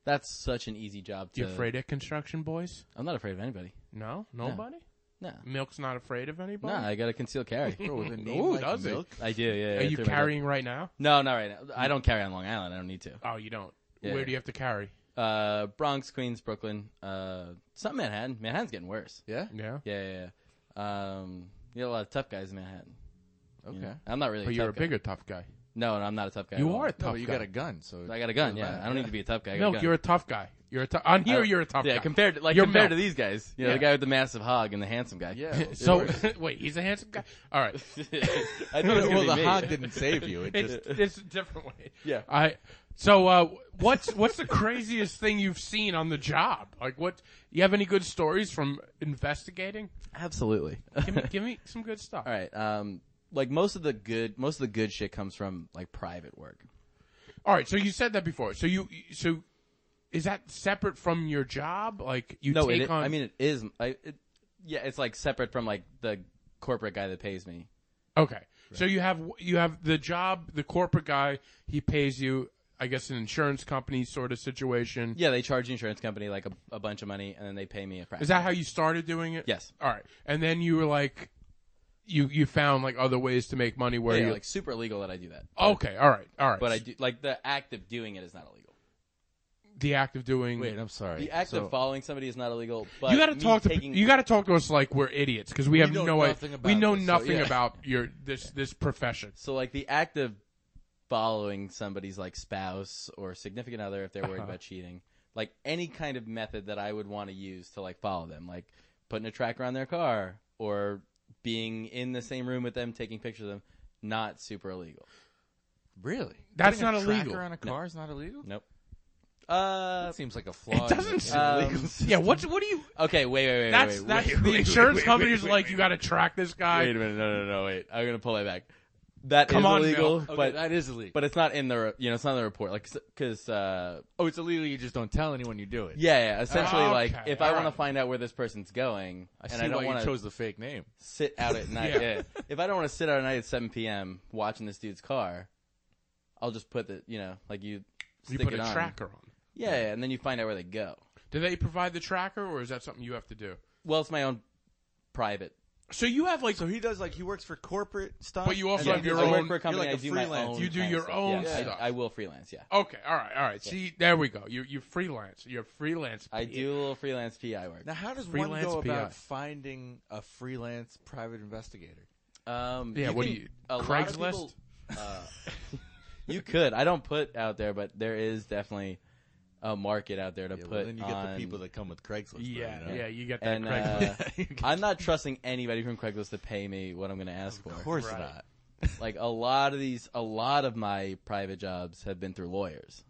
D: that's such an easy job. To,
B: You afraid of construction boys?
D: I'm not afraid of anybody.
B: No, nobody.
D: No,
B: Milk's not afraid of anybody.
D: no, I got a
C: [laughs]
D: concealed carry.
C: Bro,
D: [laughs]
C: with a name
B: Ooh,
C: like
B: does it?
C: milk,
D: I do. Yeah. yeah,
B: Are you
D: through my bed.
B: carrying right now?
D: No, not right now. I don't carry on Long Island. I don't need to.
B: Oh, you don't.
D: Yeah.
B: Where do you have to carry?
D: Uh, Bronx, Queens, Brooklyn. Uh, some Manhattan. Manhattan's getting worse.
C: Yeah.
B: Yeah.
D: Yeah, yeah. yeah. Um, you got a lot of tough guys in Manhattan. you
C: Okay.
D: know? I'm not really.
B: But
D: a
B: you're a
D: tough guy.
B: bigger tough guy.
D: No, no, I'm not a tough guy.
B: You
D: at all.
B: are a
C: No,
B: tough
C: but you
B: guy.
C: got a gun, so
D: I got a gun. Yeah, I don't need to be a tough guy. I got a
B: Milk,
D: gun.
B: you're a tough guy. You're a tough. On here,
D: don't-
B: you're a tough
D: yeah,
B: guy.
D: compared to like
B: You're
D: compared to
B: Milk.
D: these guys, you know,
B: Yeah.
D: the guy with the massive hog and the handsome guy. [laughs]
C: Yeah.
B: [laughs]
C: well,
B: so
C: sure.
B: wait, he's a handsome guy. All right, [laughs]
D: I thought it was gonna
C: [laughs] [laughs] well,
D: be
C: the
D: me.
C: hog didn't save you. It
B: it's, [laughs]
C: just
B: it's a different way.
D: Yeah.
B: I. So uh, what's what's the craziest thing you've seen on the job? Like, what? You have any good stories from investigating?
D: [laughs] Absolutely.
B: Give me, give me some good stuff.
D: All right. Um, like most of the good, most of the good shit comes from like private work.
B: All right, so you said that before. So you so is that separate from your job? Like you
D: No,
B: take
D: it,
B: on
D: I mean it is. I, it, yeah, it's like separate from like the corporate guy that pays me.
B: Okay. So you have you have the job, the corporate guy, he pays you I guess an insurance company sort of situation.
D: Yeah, they charge the insurance company like a, a bunch of money, and then they pay me a fraction.
B: Is that how you started doing it?
D: Yes.
B: All right. And then you were like you you found like other ways to make money where
D: Yeah,
B: you Oh,
D: like super illegal that I do that,
B: Okay, all right. All right.
D: but I do like the act of doing it is not illegal.
B: the act of doing
C: wait. I'm sorry.
D: The act
C: So-
D: of following somebody is not illegal. But
B: you got to
D: me
B: talk to
D: taking-
B: you got to talk to us like we're idiots because we have
C: know
B: no idea.
C: nothing about
B: We know
C: this, so,
B: nothing
C: yeah.
B: about your this this profession.
D: So like the act of following somebody's like spouse or significant other if they're worried about cheating, like any kind of method that I would want to use to like follow them, like putting a tracker on their car or being in the same room with them taking pictures of them, not super illegal.
C: really
B: That's
C: Putting a
B: not illegal.
C: tracker on a car is not illegal.
D: Nope. Uh,
E: That seems like a flaw. in
B: doesn't
E: the-
D: um,
B: Yeah, what's what do you?
D: okay, wait, wait, wait.
B: That's
D: wait,
B: that's
D: wait,
B: the
D: wait,
B: insurance
D: wait,
B: company's
D: wait,
B: like
D: wait,
B: you got to track this guy.
D: Wait a minute, no, no, no, wait. I'm gonna pull that back. That is
B: Come on,
D: illegal,
B: Bill.
E: Okay,
D: but
E: that is illegal.
D: but it's not in the re- you know it's not in the report like because uh
E: oh, it's illegal. You just don't tell anyone you do it.
D: yeah, yeah essentially
B: Ah, Okay,
D: like if I
B: all
D: want
B: right.
D: to find out where this person's going
E: I
D: and
E: see
D: I don't
E: why
D: want
E: you
D: to
E: chose the fake name.
D: sit out at
B: [laughs]
D: night.
B: Yeah.
D: yeah. If I don't want to sit out at night at 7 p.m. watching this dude's car, I'll just put the, you know, like you
B: You
D: stick
B: put
D: it
B: a
D: on.
B: tracker on.
D: Yeah, yeah, and then you find out where they go.
B: Do they provide the tracker, or is that something you have to do?
D: Well, it's my own private.
B: So you have like
C: So he does like he works for corporate stuff,
B: But you also
C: and then
B: have your
C: he's
D: I
C: like-
D: work
B: own-
D: for a company.
C: You're like
D: I
C: a
D: do my
C: freelance.
D: own.
B: You do
D: kind of
B: your
D: stuff.
B: own
D: Yeah, I-
B: stuff.
D: I, will freelance. Yeah,
B: okay, all right, all right. See, there we go. You you freelance. You're freelance.
D: I do a little freelance PI work.
C: now, how does one
B: Freelance
C: go
B: PI.
C: about finding a freelance private investigator?
D: Um,
B: Yeah, what
D: can-
B: do you-
D: a lot of
B: Craigslist?
D: people- uh, [laughs] you could. I don't put out there, but there is definitely a market out there to
C: Yeah,
D: put.
C: well, then you get
D: on-
C: the people that come with Craigslist. though,
B: Yeah,
C: [laughs] you know?
B: yeah. [laughs] You get that.
D: And
B: Craigslist.
D: uh, [laughs] I'm not trusting anybody from Craigslist to pay me what I'm going to ask for.
C: Of course
B: Right.
C: not.
D: Like a lot of these, a lot of my private jobs have been through lawyers.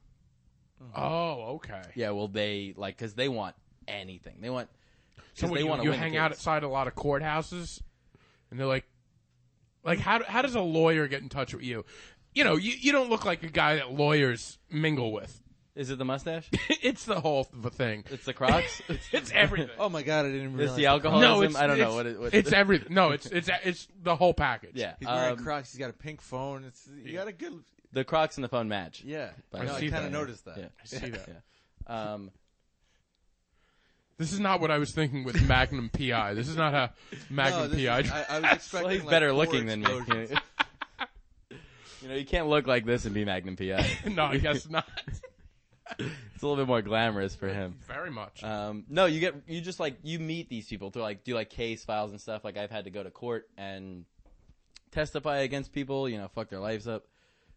B: oh, okay.
D: Yeah, well, they like because they want anything. They want. 'cause
B: So what,
D: they
B: you,
D: wanna
B: you
D: win the
B: hang out
D: case.
B: outside a lot of courthouses, and they're like, like how how does a lawyer get in touch with you? You know, you, you don't look like a guy that lawyers mingle with. [laughs]
D: Is it the mustache?
B: it's the whole th- thing.
D: It's
B: [laughs]
D: the Crocs.
B: It's everything.
C: [laughs] Oh my god, I didn't realize.
D: It's the
C: that
D: alcohol.
B: no,
D: Holism?
B: it's,
D: I don't know
B: it's-
D: what it- what-
B: it's everything.
C: [laughs]
B: No, it's it's it's the whole package.
D: yeah,
C: He's wearing
D: um,
C: Crocs. He's got a pink phone. It's you got a good.
D: the Crocs and the phone match.
C: Yeah,
D: But
C: I,
B: I see
C: kind
B: that.
C: of noticed that.
D: Yeah.
B: I see
C: [laughs]
B: that.
D: Um,
B: This is not what I was thinking with Magnum PI. This is not how
C: [laughs] No,
B: Magnum
C: this is-
B: PI. [laughs]
C: I, I was expecting
D: well, he's
C: like,
D: better
C: four
D: looking than me.
C: explosions.
D: [laughs] you know, you can't look like this and be Magnum PI.
B: no, I
C: [laughs]
B: guess not.
D: It's a little bit more glamorous for him.
B: Very much.
C: Uh,
D: Um, no, you get you just like you meet these people to like do like case files and stuff. Like I've had to go to court and testify against people. You know, fuck their lives up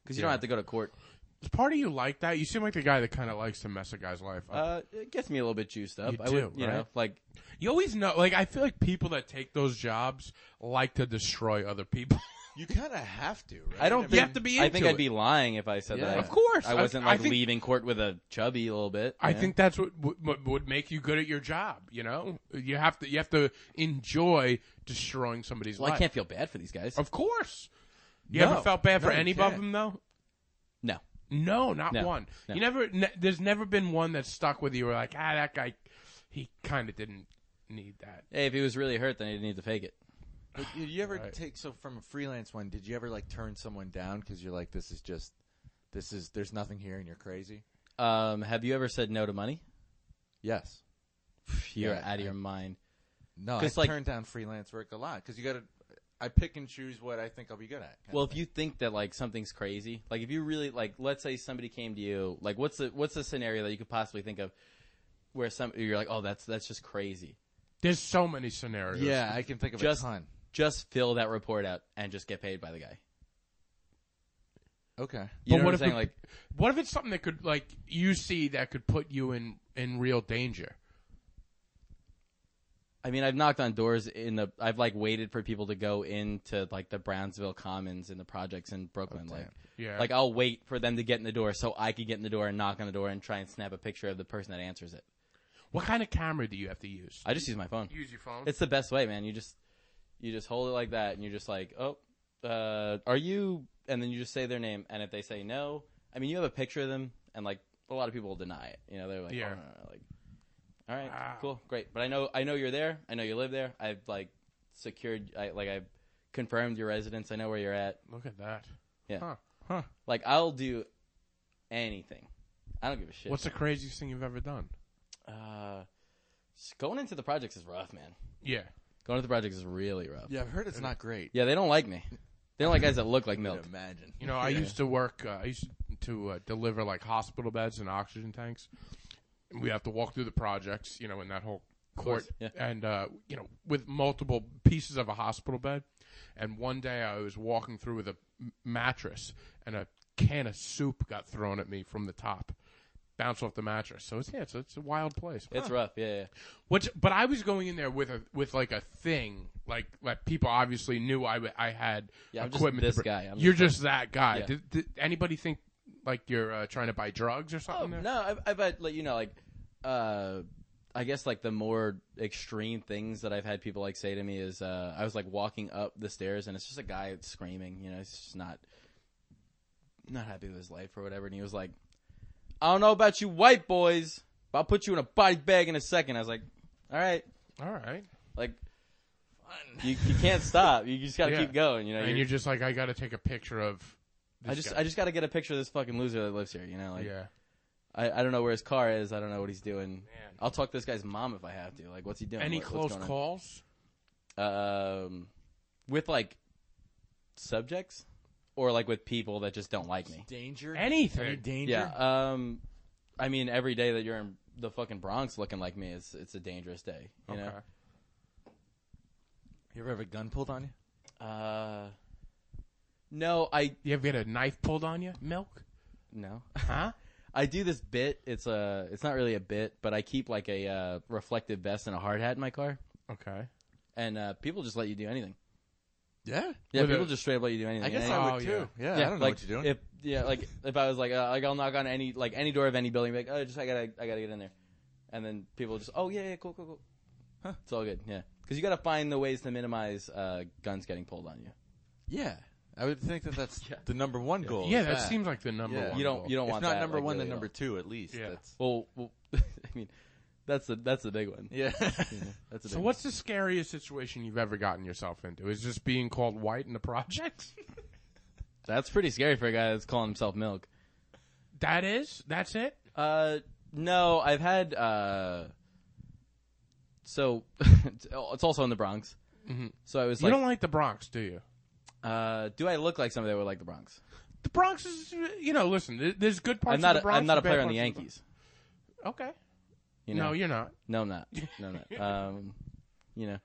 D: because you don't have to go to court.
B: Is part of you like that? You seem like the guy that kind of likes to mess a guy's life up.
D: Uh, it gets me a little bit juiced up.
B: You
D: I would,
B: do,
D: you know,
B: right?
D: like
C: Uh,
B: you always know. Like I feel like people that take those jobs like to destroy other people. [laughs]
C: You kind of have to. Right?
D: I don't
C: mean,
D: think
B: You have to be
D: I
B: into
D: think
B: it.
D: I'd be lying if I said
E: Yeah.
D: that.
E: Of
B: course.
D: I
B: I-
D: wasn't
B: I
D: like
B: think-
D: leaving court with a chubby a little bit.
B: I
D: you know?
B: think that's what, what what would make you good at your job. You know, you have to you have to enjoy destroying somebody's
D: Well, I
B: life.
D: can't feel bad for these guys.
B: Of course. You
D: No.
B: ever felt bad for
C: No, you
B: any of
C: can't.
B: them though?
D: No,
B: No, not
D: No.
B: one.
D: No.
B: You never. Ne- there's never been one that stuck with you. Or like, ah, that guy, he kind of didn't need that.
D: hey, if he was really hurt, then he didn't need to fake it.
C: But Did you ever
B: Right.
C: take so from a freelance one? Did you ever like turn someone down because you're like, this is just, this is there's nothing here and you're crazy?
D: Um, have you ever said no to money?
C: Yes.
D: You're
C: Yeah,
D: out of
C: I-
D: your mind.
C: No, I
D: 'Cause, like-
C: turn down freelance work a lot because you got to. I pick and choose what I think I'll be good at. kinda
D: Well, if
C: thing.
D: you think that like something's crazy, like if you really like, let's say somebody came to you, like what's the what's the scenario that you could possibly think of where some you're like, oh, that's that's just crazy.
B: There's so many scenarios.
C: yeah, I can think of
D: Just-
C: a ton.
D: Just fill that report out and just get paid by the guy.
C: Okay.
D: You
B: But
D: know
B: what
D: what,
B: if
D: I'm saying?
B: it-
D: like,
B: What if it's something that could like you see that could put you in in real danger?
D: I mean, I've knocked on doors in the. I've like waited for people to go into like the Brownsville Commons and the projects in
B: Oh,
D: Brooklyn. like,
B: Yeah.
D: like uh, I'll wait for them to get in the door so I could get in the door and knock on the door and try and snap a picture of the person that answers it.
B: what kind of camera do you have to use?
D: I just use my phone.
B: use your phone.
D: It's the best way, man. You just you just hold it like that, and you're just like, oh, uh, are you? And then you just say their name, and if they say no, I mean, you have a picture of them, and like a lot of people will deny it. You know, they're like,
B: Yeah.
D: oh, no, no, no, like, all right,
B: Wow.
D: cool, great. But I know, I know you're there. I know you live there. I've like secured, I, like I've confirmed your residence. I know where you're at.
B: Look at that.
D: Yeah.
B: Huh. Huh.
D: Like I'll do anything. I don't give a shit.
B: What's the craziest thing you've ever done?
D: uh, s- going into the projects is rough, man.
B: Yeah.
D: Going into the projects is really rough.
C: Yeah, I've heard it's not great.
D: Yeah, they don't like me. They don't like guys that look like
C: I
D: milk.
C: could imagine.
B: You know, I used to work. Uh, I used to uh, deliver like hospital beds and oxygen tanks. We have to walk through the projects, you know, in that whole court,
D: course, yeah.
B: and uh, you know, with multiple pieces of a hospital bed. And one day, I was walking through with a m- mattress, and a can of soup got thrown at me from the top, bounced off the mattress. So it's yeah, it's, it's a wild place.
D: It's
B: Huh.
D: rough, yeah, yeah.
B: Which, but I was going in there with a with like a thing, like like people obviously knew I w- I had
D: Yeah, I'm just
B: equipment. to
D: this
B: br-
D: guy. I'm
B: You're
D: just-
B: just that guy.
D: Yeah.
B: Did, did anybody think Like you're uh, trying to buy drugs or
D: Oh
B: something? there?
D: no, I, I bet like you know like, uh, I guess like the more extreme things that I've had people like say to me is uh, I was like walking up the stairs and it's just a guy screaming, you know, he's just not, not happy with his life or whatever, and he was like, I don't know about you white boys, but I'll put you in a body bag in a second. I was like, all right,
B: All right.
D: like. You, you can't stop. You just
B: [laughs]
D: gotta
B: Yeah.
D: keep going. You know,
B: And
D: You're-
B: you're just like, I got to take a picture of. This
D: I just
B: guy.
D: I just got to get a picture of this fucking loser that lives here. You know, like
B: yeah.
D: I, I don't know where his car is. I don't know what he's doing. I'll talk to this guy's mom if I have to. Like, what's he doing?
B: Any
D: What- what's
B: close
D: going on?
B: calls?
D: Um, with like subjects or like with people that just don't like me.
C: Danger.
B: Anything.
C: Any danger.
D: Yeah. Um, I mean, every day that you're in the fucking Bronx looking like me, it's it's a dangerous day. You
B: Okay.
C: You ever have a gun pulled on you?
D: know. Uh, no, I
B: You ever get a knife pulled on you? Milk?
D: no.
B: Huh?
D: I do this bit. It's a. It's not really a bit, but I keep like a uh, reflective vest and a hard hat in my car,
B: Okay.
D: and uh, people just let you do anything.
E: Yeah.
D: Yeah,
B: With
D: people
B: a-
D: just straight up let you do anything.
E: I guess
D: And
E: I
B: Oh,
E: would too. Yeah. I don't know
D: like,
E: what you're doing.
D: If yeah, like if I was like uh, like I'll knock on any like any door of any building, be like oh just I gotta I gotta get in there, and then people just oh yeah yeah cool cool cool, it's all good yeah because you gotta find the ways to minimize uh, guns getting pulled on you.
E: yeah. I would think that that's
B: [laughs]
D: Yeah.
E: the number one goal.
B: yeah,
E: is
B: that seems like the number
E: Yeah.
B: one.
D: You don't
B: goal.
D: you don't
E: If
D: want
E: not
D: that,
E: number
D: like,
E: one,
D: really
E: then
D: at
E: number two at least.
B: Yeah.
E: That's,
D: all. Well, well [laughs] I mean that's the that's the big one.
E: yeah. [laughs]
D: That's a big
B: So, what's the scariest situation you've ever gotten yourself into? Is just being called white in the projects?
D: one. that's pretty scary for a guy that's calling himself milk.
B: that is? That's it?
D: Uh, no, I've had uh. So, [laughs] it's also in the Bronx. So I was
B: Mm-hmm. You
D: like,
B: don't like the Bronx, do you?
D: Uh, do I look like somebody that would like the Bronx?
B: The Bronx is, you know, listen, th- there's good parts
D: I'm not.
B: of the
D: A,
B: Bronx.
D: I'm not a
B: and bad
D: player on the
B: parts of
D: Yankees.
B: Okay.
D: You know?
B: No, you're not.
D: No, I'm not. No, I'm
B: [laughs]
D: not. Um, you know.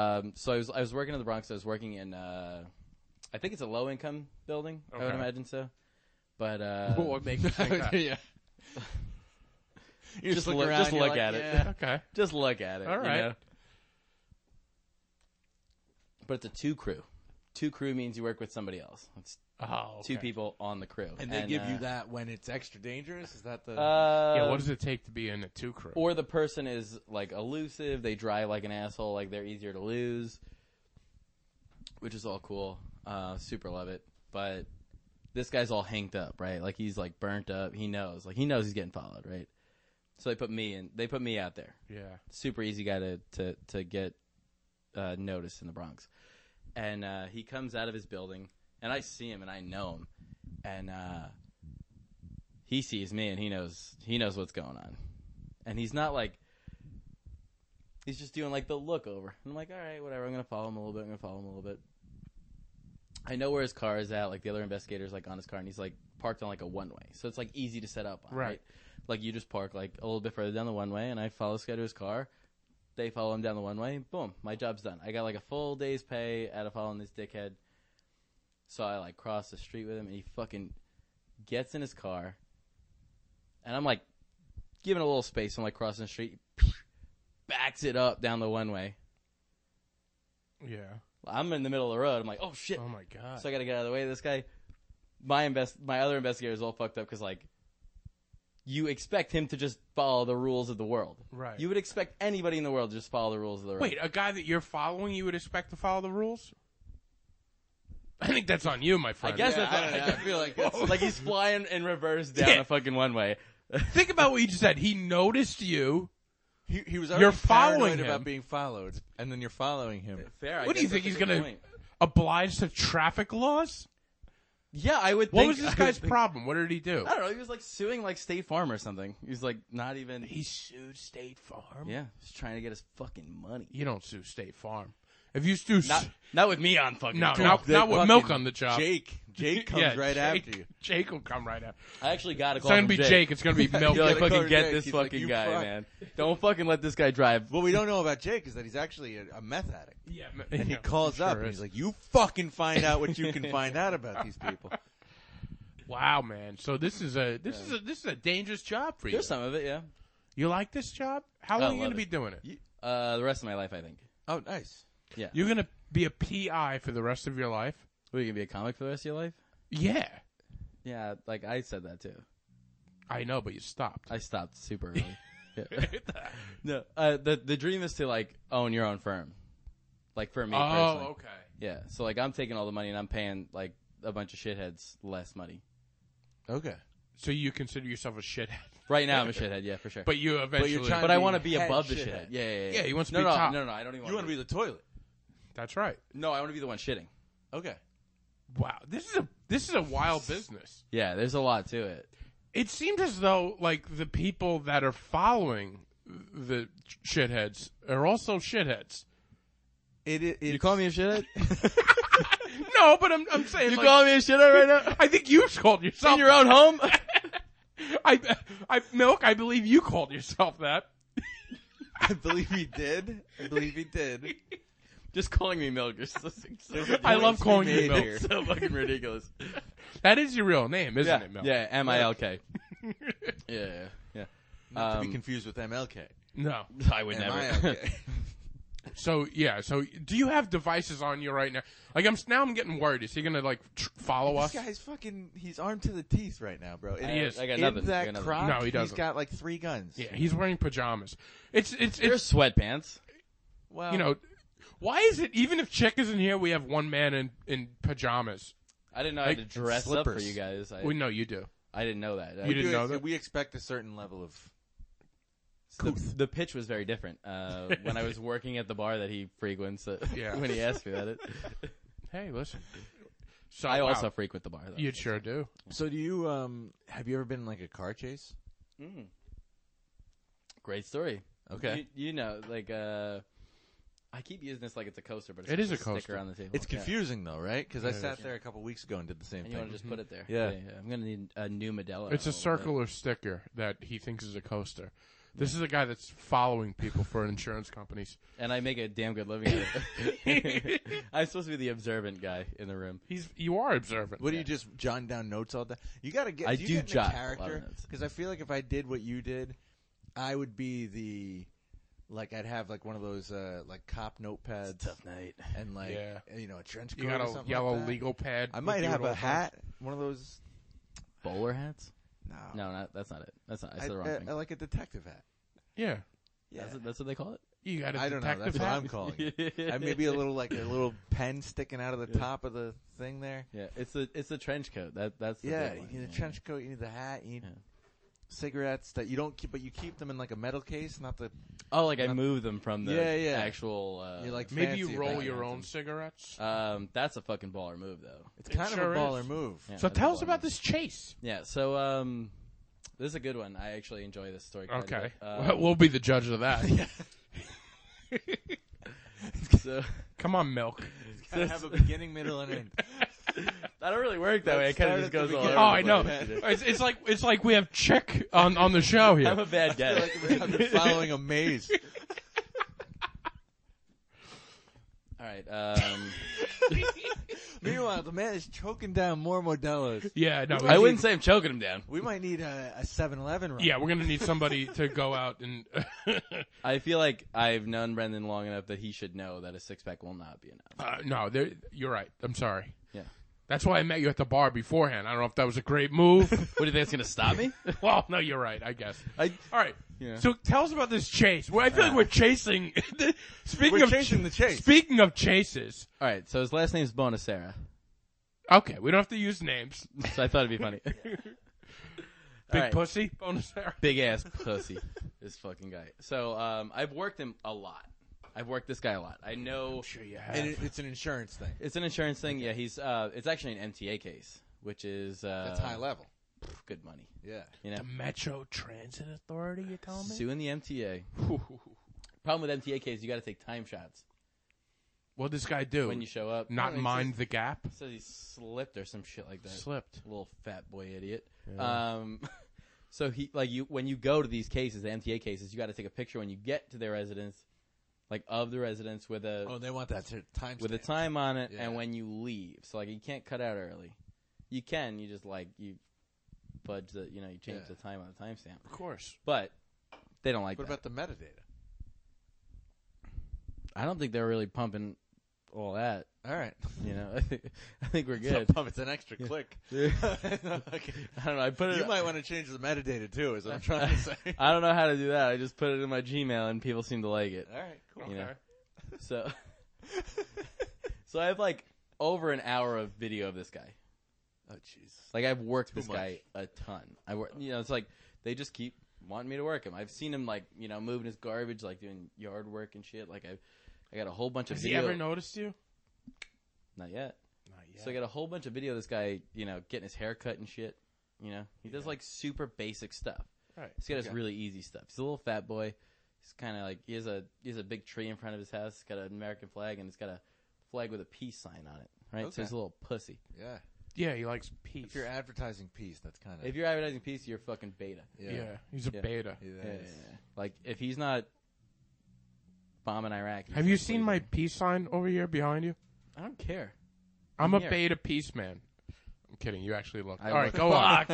D: Um, so I was I was working in the Bronx. I was working in uh, I think it's a low income building. I would
B: Okay.
D: imagine so.
B: [laughs]
D: But uh,
E: What makes
D: [laughs]
E: you think that?
B: Yeah.
E: [laughs] You
D: Just look-
E: around,
D: just
E: you're
D: look
E: like,
D: at it.
E: yeah.
B: Okay.
D: just look at it.
B: All
D: you
B: right.
D: know? But it's a two crew. Two crew means you work with somebody else. It's
B: Oh.
D: two
B: okay.
D: people on the crew,
E: [laughs] And they give
D: uh,
E: you that when it's extra dangerous. Is that the?
D: Uh,
B: Yeah, what does it take to be in a two crew?
D: or the person is like elusive, they drive like an asshole, like they're easier to lose, which is all cool. Uh, super love it. But this guy's all hanked up, right? Like he's like burnt up. He knows, like he knows he's getting followed, right? So they put me in. They put me out there.
B: yeah.
D: Super easy guy to to to get uh, noticed in the Bronx. And uh, he comes out of his building, and I see him, and I know him, and uh, he sees me, and he knows he knows what's going on and he's not like he's just doing like the look over. And I'm like, all right, whatever. I'm gonna follow him a little bit. I'm gonna follow him a little bit. I know where his car is at. Like the other investigator's like on his car, and he's like parked on like a one way, so it's like easy to set up. On,
B: Right.
D: right. Like you just park like a little bit further down the one way, and I follow this guy to his car. They follow him down the one way. Boom, my job's done. I got like a full day's pay out of following this dickhead. So I like cross the street with him, and he fucking gets in his car, and I'm like giving a little space. I'm like crossing the street, [laughs] backs it up down the one way.
B: Yeah.
D: I'm in the middle of the road. I'm like, oh shit!
B: Oh my god.
D: So I got to get out of the way. of This guy, my invest, my other investigator is all fucked up because like, you expect him to just follow the rules of the world.
B: Right.
D: You would expect anybody in the world to just follow the rules of the road.
B: Wait, a guy that you're following, you would expect to follow the rules? I think that's on you, my
D: I
B: friend.
D: guess
E: Yeah, I
D: that's
E: don't know. I feel like that's-
D: like he's flying in reverse down
B: Yeah.
D: a fucking one way.
B: Think about what you just said. He noticed you.
E: he, he was
B: You're
E: already
B: following
E: paranoid
B: him.
E: about being followed, and then you're following him.
D: Fair. I
B: What do you
D: guess
B: think
D: that's
B: he's
D: a good
B: gonna-
D: point.
B: Obliged to traffic laws?
D: Yeah, I would.
B: What
D: think-
B: was
D: I
B: this
D: would
B: guy's
D: think-
B: problem? What did he do?
D: I don't know. He was like suing like State Farm or something. He's like not even.
B: He sued State Farm.
D: Yeah, he's trying to get his fucking money.
B: You don't sue State Farm. If you sue,
D: [laughs] Not, not with me on fucking.
B: no,
D: tour.
B: not,
E: They
B: not with
E: fucking-
B: milk on the job.
E: Jake,
B: [laughs]
E: Jake comes
B: yeah,
E: right
B: Jake-
E: after you.
B: Jake will come right after.
D: I actually got a
B: It's
D: call.
B: not gonna
D: from
B: be Jake. It's gonna be milk.
D: You're
E: Yeah,
D: like,
E: I
D: fucking
E: called
D: get
E: Jake.
D: this
E: He's like,
D: fucking
E: "You
D: guy,
E: fuck."
D: man. Don't fucking let this guy drive.
E: What we don't know about Jake is that he's actually a, a meth addict.
B: yeah,
E: And he calls up and he's like, "You fucking find out what you
B: [laughs]
E: can find out about these people."
B: "Wow, man! So this is a this is a this is a dangerous job for you.
D: There's some of it, yeah.
B: You like this job? How long are you
D: love
B: gonna
D: it.
B: be doing it?
D: Uh, the rest of my life, I think.
E: Oh, nice.
B: You're gonna be a PI for the rest of your life?
D: What, are you gonna be a comic for the rest of your life?
B: Yeah,
D: Yeah, like I said that too.
B: I know, but you stopped.
D: I stopped super [laughs] early. Yeah. no, uh, the the dream is to like own your own firm, like for me. personally.
B: oh, okay.
D: Yeah, so like I'm taking all the money and I'm paying like a bunch of shitheads less money.
C: Okay.
B: So you consider yourself a shithead, [laughs]
D: Right [laughs] now I'm a shithead, yeah, for sure.
B: but you eventually.
C: trying-
D: but I
C: be
D: want to be
C: head
D: above the
C: shithead.
D: shithead. Yeah, yeah, yeah.
B: Yeah, he wants to
D: no,
B: be
D: no,
B: top.
D: No, no, I don't even.
C: You want to be the toilet?
B: that's right.
D: No, I want to be the one shitting.
C: Okay.
B: Wow, this is a this is a wild business.
D: Yeah, there's a lot to it.
B: It seems as though like the people that are following the shitheads are also shitheads. [laughs]
C: It, it,
D: You call me a shithead?
B: No, but I'm I'm saying
D: you
B: like,
D: call me a shithead right now?
B: [laughs] I think you called yourself
D: In your own home?
B: I, I milk. I believe you called yourself that.
C: I [laughs] believe he did. I believe he did.
D: [laughs] Just calling me milk. is so- so-
B: I love
D: it's
B: calling you
D: made
B: milk.
D: here. So fucking ridiculous.
B: That is your real name, isn't
D: yeah,
B: it, Milk?
D: yeah, M I L K. Yeah, yeah.
C: Not to be
D: Um,
C: confused with MLK.
B: No.
D: I
C: [laughs]
D: would [laughs] never.
C: MILK.
B: So yeah. So do you have devices on you right now? Like I'm s- now. I'm getting worried. Is he gonna like tr- follow
C: this
B: us?
C: guy's fucking. He's armed to the teeth right now, bro. And
B: He
C: in
B: is.
D: I got nothing. I got
C: that
D: nothing.
C: crop,
B: No, he
C: has
B: doesn't.
C: got like three guns.
B: Yeah. He's wearing pajamas. It's it's
D: You're
B: it's
D: sweatpants.
C: Well,
B: you know. Why is it even if Chick isn't here, we have one man in in pajamas?
D: I didn't know I had to dress up for
C: slippers.
D: you guys. I,
B: We know you do.
D: I didn't know that. I-
B: You didn't
C: we,
B: know that?
C: we expect a certain level of.
D: the, the pitch was very different uh, when I
B: [laughs]
D: was working at the bar that he frequents. Uh,
B: Yeah.
D: when he asked me that, it,
B: [laughs] Hey, listen. So
D: I
B: wow,
D: also frequent the bar. Though.
B: you sure do.
C: So do you? Um, have you ever been in like a car chase?
D: Great story.
C: Okay.
D: You, you know, like uh, I keep using this like it's a coaster, but it's
B: It
D: just
B: is a coaster.
D: sticker on the table.
C: It's
D: Yeah.
C: confusing though, right? Because I
B: Yeah, it
C: sat there a couple weeks ago and did the same
D: And you
C: thing.
D: want to just put it there?
C: Yeah.
D: I'm gonna need a new Modelo.
B: It's
D: in
B: a
D: little bit.
B: circular sticker that he thinks is a coaster. This is a guy that's following people for insurance companies.
D: and I make a damn good living. Out of it.
B: [laughs]
D: [laughs] I'm supposed to be the observant guy in the room.
B: He's you are observant.
C: What do you just jotting down notes all day? You gotta get.
D: I
C: you
D: do
C: get in a
D: jot a lot of
C: character
D: notes.
C: because I feel like if I did what you did, I would be the, like I'd have like one of those uh like cop notepads
D: night.
C: and like
B: Yeah.
C: you know a trench coat.
B: You got
C: or
B: a
C: something
B: yellow
C: like that.
B: legal pad.
C: I
B: with
C: might
B: you
C: have
B: at all
C: a
B: times.
C: hat, one of those.
D: Bowler hats?
C: No,
D: No, not, that's not it. That's not. That's
C: I,
D: the wrong
C: I-
D: thing.
C: I like a detective hat.
B: uh, oh, Yeah,
D: That's, what- that's what they call it.
B: you got a
C: I don't know.
B: detective
C: That's what
B: hat.
C: I'm calling. It. I maybe a little like a
D: [laughs]
C: little pen sticking out of the top of the thing there.
D: Yeah, it's the it's the trench coat. That that's the
C: Yeah,
D: big
C: you
D: one.
C: need a trench coat. You need the hat. You need
D: Yeah.
C: cigarettes that you don't keep, but you keep them in like a metal case, not the.
D: Oh, like I move them from the
C: Yeah, yeah.
D: actual. Uh,
C: You're like
B: Maybe
C: fancy
B: you roll
C: about it.
B: your own cigarettes.
D: um, that's a fucking baller move though.
C: It's kind
B: sure
C: of a baller
B: is.
C: move.
D: Yeah,
B: so
D: that's a
B: tell us
D: baller
B: about
D: move.
B: this chase.
D: Yeah, so um, this is a good one. I actually enjoy this story. quite a
B: Okay,
D: bit. Um,
B: Well, we'll be the judge of that.
C: [laughs]
B: [laughs]
D: so, [laughs]
B: Come on, milk.
C: I have [laughs] a beginning, middle, and end.
D: I don't really work that way. It kind of
C: start
D: just
C: at the
D: goes all.
C: beginning.
B: Oh, I know.
D: over the place.
B: It's, it's like it's like we have Chick on on the
C: [laughs]
B: show
D: I'm
B: here.
D: a bad guy.
C: I've been following a maze.
D: all right.
B: [laughs]
D: Um,
C: Meanwhile, the man is choking down more Modelo's.
B: Yeah,
C: [laughs]
B: no.
D: I
B: we-
D: wouldn't say I'm choking him down.
C: We might need a, a 7-Eleven run.
B: Yeah, we're gonna need somebody to go out and. [laughs]
D: I feel like I've known Brendan long enough that he should know that a six pack will not be enough.
B: Uh, no, there- you're right. I'm sorry.
D: Yeah.
B: That's why I met you at the bar beforehand. I don't know if that was a great move.
D: [laughs] What do you think it's gonna stop me?
B: [laughs] well, no, you're right. I guess.
D: [laughs] I,
B: All right.
D: Yeah.
B: So tell us about this chase. Well, I feel like we're chasing. [laughs] speaking
C: We're
B: of
C: chasing the chase.
B: Speaking of chases.
D: all right. So his last name's Bonacera.
B: Okay, we don't have to use names.
D: So I thought it'd be
C: [laughs]
D: funny.
B: Big
D: right.
B: pussy. Bonus there.
D: Big ass pussy. This fucking guy. So um, I've worked him a lot. I've worked this guy a lot. I know
B: Sure you
C: And
B: have.
C: it, it's an insurance thing.
D: it's an insurance thing. Yeah, he's. Uh, it's actually an MTA case, which is uh,
C: That's high level.
D: good money.
C: Yeah.
D: You know,
B: The Metro Transit Authority. You telling me?
D: suing the MTA. Problem with MTA cases, you got to take time shots
B: What'd this guy do?
D: when you show up.
B: Not
D: Well, he
B: mind the gap.
D: Says, says he slipped or some shit like that.
B: Slipped.
D: little fat boy idiot. Um, [laughs] so he like you when you go to these cases, the MTA cases, you got to take a picture when you get to their residence, like of the residence with a
C: Oh, they want that to time
D: with a time on it,
C: Yeah.
D: and when you leave. So like you can't cut out early. You can, you just like you fudge the you know you change
C: Yeah.
D: the time on the timestamp,
B: Of course.
D: but they don't like
C: What
D: that.
C: about the metadata?
D: I don't think they're really pumping all that.
C: All right. [laughs]
D: You know, [laughs] I think, I think we're
C: It's,
D: good.
C: a pump, it's an extra click.
D: [laughs]
C: [laughs] Okay.
D: I don't know. I put it.
C: You might want to change the metadata too, is what [laughs] I'm trying
D: [laughs]
C: to say.
D: I don't know how to do that. I just put it in my Gmail, and people seem to like it.
C: All right, cool.
D: You know, so [laughs] so I have like over an hour of video of this guy.
C: Oh, jeez.
D: Like I've worked this
C: much.
D: guy a ton. I work, you know, it's like they just keep wanting me to work him. I've seen him like you know moving his garbage, like doing yard work and shit. Like I, I got a whole bunch of
B: Has he
D: video.
B: ever noticed you?
D: Not yet.
B: Not
D: So I got a whole bunch of video of this guy, you know, getting his hair cut and shit. You know, he does like super basic stuff.
B: Right.
D: He's got his
C: Okay.
D: really easy stuff. He's a little fat boy. He's kind of like he has a he has a big tree in front of his house. It's got an American flag and it's got a flag with a peace sign on it. Right. So
C: Okay.
D: he's a little pussy.
C: Yeah.
B: yeah, he likes peace.
C: If you're advertising peace, that's kind of.
D: If you're advertising peace, you're fucking beta.
B: yeah. he's a
D: Yeah.
B: beta.
C: Yeah,
D: Yeah,
C: that is-
D: yeah, yeah. Like if he's not bombing Iraq. he's
B: Have you
D: like,
B: seen my
D: what
B: peace sign over here behind you?
D: are you- I don't care.
B: I'm a
D: here.
B: beta peace man. I'm kidding. You actually look.
D: I
B: All right,
D: look-
B: go on.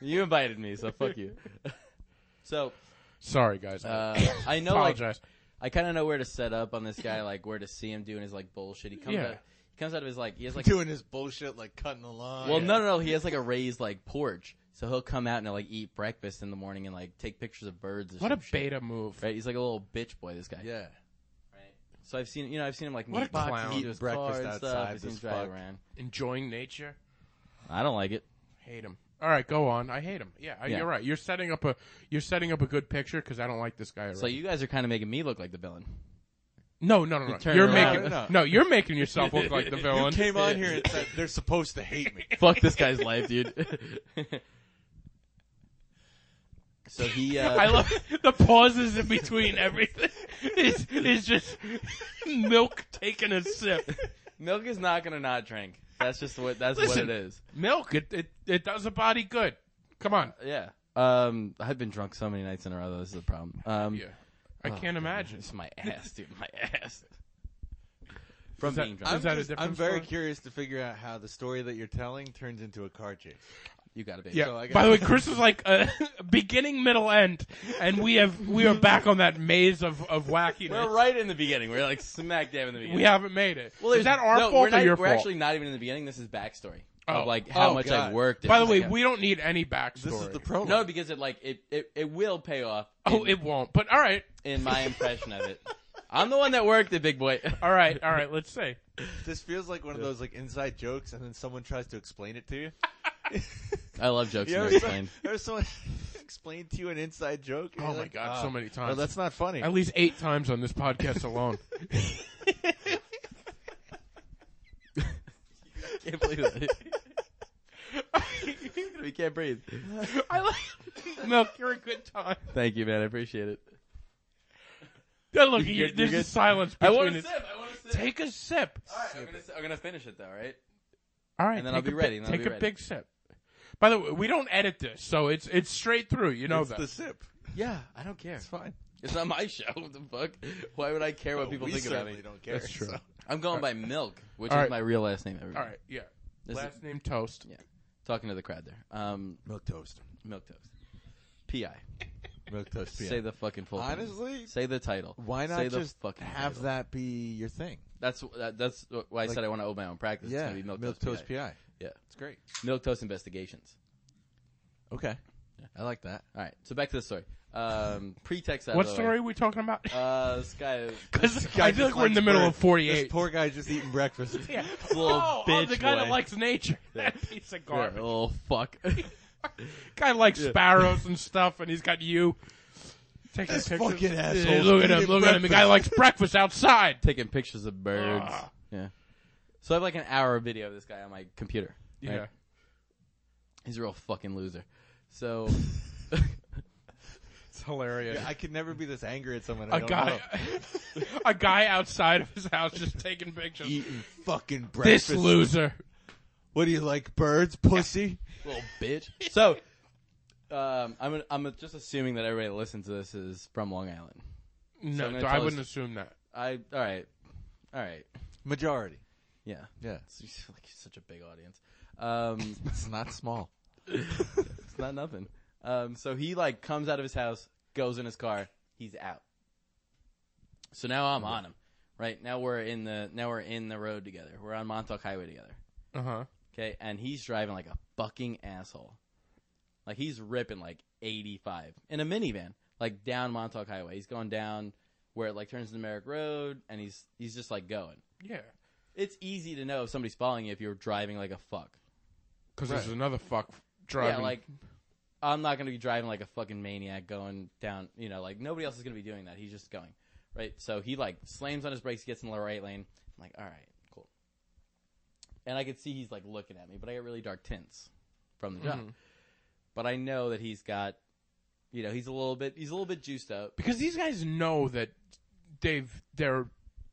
D: You invited me, so fuck you. [laughs] so
B: [laughs] Sorry, guys.
D: uh, I know like
B: apologize.
D: I kind of know where to set up on this guy, like where to see him doing his like bullshit. He comes
B: Yeah.
D: out, he comes out of his like he has like
C: Doing his bullshit like cutting the lawn.
D: well no no no he has like a raised like porch, so he'll come out and he'll, like eat breakfast in the morning and like take pictures of birds. Or
B: what a
D: some shit,
B: beta move.
D: Right, he's like a little bitch boy. This guy.
C: Yeah.
D: So I've seen you know I've seen him like
B: What a
D: meat box,
B: clown.
D: eat to his
C: Eat breakfast
D: car and stuff.
C: outside
D: I've seen him
C: this
D: drive
C: fuck.
D: around.
B: Enjoying nature.
D: I don't like it.
B: Hate him. All right, go on. I hate him. Yeah, I-
D: Yeah.
B: you're right. You're setting up a you're setting up a good picture because I don't like this guy. Already.
D: So you guys are kind of making me look like the villain. [laughs]
B: no, no, no, no.
D: turn
B: You're
D: around.
B: making
C: No, no.
B: no, you're making yourself look
D: [laughs]
B: like the villain.
C: Came on here and said they're supposed
B: [laughs]
C: to hate me.
D: Fuck this guy's life, dude. [laughs] so he. Uh,
B: I love the pauses in between everything. Is is just milk taking a sip.
D: [laughs] Milk is not gonna not drink. That's just what that's
B: Listen.
D: what it is.
B: Milk. It it it does a body good. Come on.
D: Yeah. Um, I've been drunk so many nights in a row. Though. This is the problem. Um,
B: Yeah. I can't [laughs] imagine.
D: It's [laughs] my ass, dude. My ass. From being drunk,
C: I'm,
B: that a
C: just-
B: different
C: I'm very
B: story?
C: curious to figure out how the story that you're telling turns into a car chase.
D: you gotta be.
B: Yeah.
C: I got-
D: [laughs]
B: By the way, Chris is like uh, [laughs] beginning, middle, end, and we have we are back on that maze of of wackiness.
D: We're right in the beginning. We're like smack dab in the beginning.
B: We haven't made it. Well,
D: there's-
B: is that our
D: no,
B: fault
D: we're not-
B: or your
D: We're
B: fault?
D: actually not even in the beginning. This is backstory
B: Oh.
D: of like how
B: Oh,
D: much I've
C: God.
D: worked.
B: By the
D: and
B: way,
D: like,
B: we don't need any backstory.
C: This is the prologue.
D: no because it like it it, it will pay off.
B: oh,
D: in,
B: it won't. But all right,
D: in my impression of it. I'm the one that worked it, big boy.
B: all right, all right. Let's say
C: This feels like one of those like inside jokes, and then someone tries to explain it to you.
D: [laughs] I love jokes.
C: You
D: never
C: ever, [laughs]
D: explained.
C: ever someone [laughs] explain to you an inside joke? and
B: Oh
C: you're
B: my
C: like,
B: God,
D: uh,
C: "Ah,
B: so many
C: well,
B: times."
C: that's not funny.
B: at least eight times on this podcast [laughs] alone.
D: can't believe it. [laughs] we can't breathe.
B: I like milk. You're a good time.
D: Thank you, man. I appreciate it.
B: Now look, you-
D: You're good,
B: there's
D: you're
B: a
D: good.
B: silence
D: I
B: between.
D: want to
B: us.
D: sip. I want to sip.
B: Take a sip.
D: All right, I'm gonna, s- I'm gonna finish it though, right?
B: All right,
D: And then
B: take
D: I'll be
B: a Big,
D: ready, and I'll
B: take
D: be
B: a
D: ready.
B: big sip. By the way, we don't edit this, so it's it's straight through. You know
C: it's
B: that.
C: the sip.
D: Yeah, I don't care.
C: It's fine. Oh,
D: It's not my show. What the fuck? Why would I care what people
C: we
D: think about
C: certainly
D: me?
C: don't care.
B: That's true.
C: so.
D: I'm going by Milk, which
B: All
D: is
B: right.
D: my real last name. Everybody.
B: All right, yeah.
D: This is-
B: Last name Toast.
D: Yeah. Talking to the crowd there. Um,
C: Milk toast.
D: Milk Toast. Pi.
C: Milk toast.
D: Say the fucking full. thing.
C: Honestly,
D: Say the title.
C: why
D: Say
C: not
D: the
C: just
D: fucking
C: have
D: title.
C: that be your thing?
D: That's that, that's why I said I want to open my own practice. It's
C: yeah,
D: gonna be Milk, Toast
C: PI.
D: Yeah.
C: It's great.
D: Milk Toast Investigations.
C: Okay, I like that.
D: All right. So back to the story. Um, pretext. out
B: What
D: of the way.
B: story are we talking about? [laughs]
D: Uh, this guy.
C: [laughs]
B: Because
C: Guy
B: I feel like
C: just
B: we're in the
C: likes
B: middle
C: birds.
B: of 48.
C: This poor guy just eating breakfast.
B: [laughs]
C: [laughs]
B: yeah.
D: [laughs] Little
B: oh, oh, the
D: bitch
B: guy that
D: boy.
B: likes
D: [laughs]
B: nature. [laughs] That piece of garbage.
D: Oh fuck. [laughs]
B: Guy likes sparrows and stuff, and he's got you. Taking
C: This
B: pictures.
C: fucking
B: Yeah,
C: asshole
B: look at him!
C: eating
B: Look at him! The guy
C: breakfast.
B: likes breakfast outside.
D: Taking pictures of birds.
B: Ah.
D: Yeah. So I have like an hour video of this guy on my computer. right?
B: Yeah.
D: He's a real fucking loser.
B: [laughs]
D: So
B: It's hilarious.
C: I could never be this angry at someone. I
B: a
C: don't
B: guy,
C: know.
B: [laughs] a guy outside of his house just taking pictures.
C: eating fucking
B: this
C: breakfast.
B: loser.
C: What do you like, birds, pussy?
D: little bitch. So um, I'm I'm just assuming that everybody that listens to this is from Long Island.
B: No,
D: gonna
B: I
D: tell
B: wouldn't
D: us-
B: assume that.
D: I all right, all right,
C: Majority.
D: yeah.
C: Yeah,
D: It's like such a big audience.
B: [laughs]
D: Um,
C: it's not small.
D: it's not nothing. Um, so he like comes out of his house, goes in his car, he's out. So now I'm on him, right? Now we're in the now we're in the road together. We're on Montauk Highway together.
B: Uh huh.
D: Okay, and he's driving like a fucking asshole. Like he's ripping like 85 in a minivan, like down Montauk Highway. He's going down where it like turns into Merrick Road, and he's he's just like going.
B: Yeah.
D: It's easy to know if somebody's following you if you're driving like a fuck.
B: Because there's another fuck driving.
D: Yeah, like I'm not gonna be driving like a fucking maniac going down. You know, like nobody else is gonna be doing that. He's just going right. So he like slams on his brakes, gets in the right lane. I'm like, all right, cool. And I could see he's like looking at me, but I get really dark tints from the job.
B: Mm-hmm.
D: But I know that he's got, you know, he's a little bit, he's a little bit juiced up.
B: because these guys know that they've they're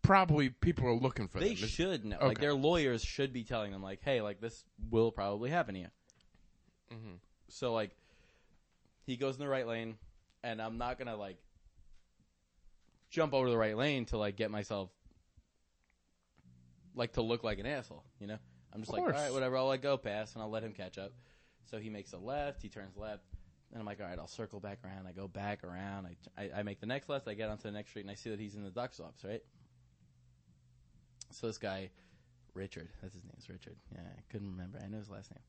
B: probably people are looking for
D: They
B: them. It's-
D: should know. Like
B: okay.
D: their lawyers should be telling them, like, hey, like this will probably happen to you.
B: Mhm.
D: So like, he goes in the right lane, and I'm not gonna like jump over the right lane to like get myself like to look like an asshole. You know, I'm just
B: Of
D: like, all
B: course.
D: right, whatever. I'll let go past, and I'll let him catch up. So he makes a left. He turns left. And I'm like, all right, I'll circle back around. I go back around. I, I, I make the next left. I get onto the next street, and I see that he's in the doctor's office, right? So this guy, Richard, that's his name, is Richard. Yeah, I couldn't remember. I know his last name.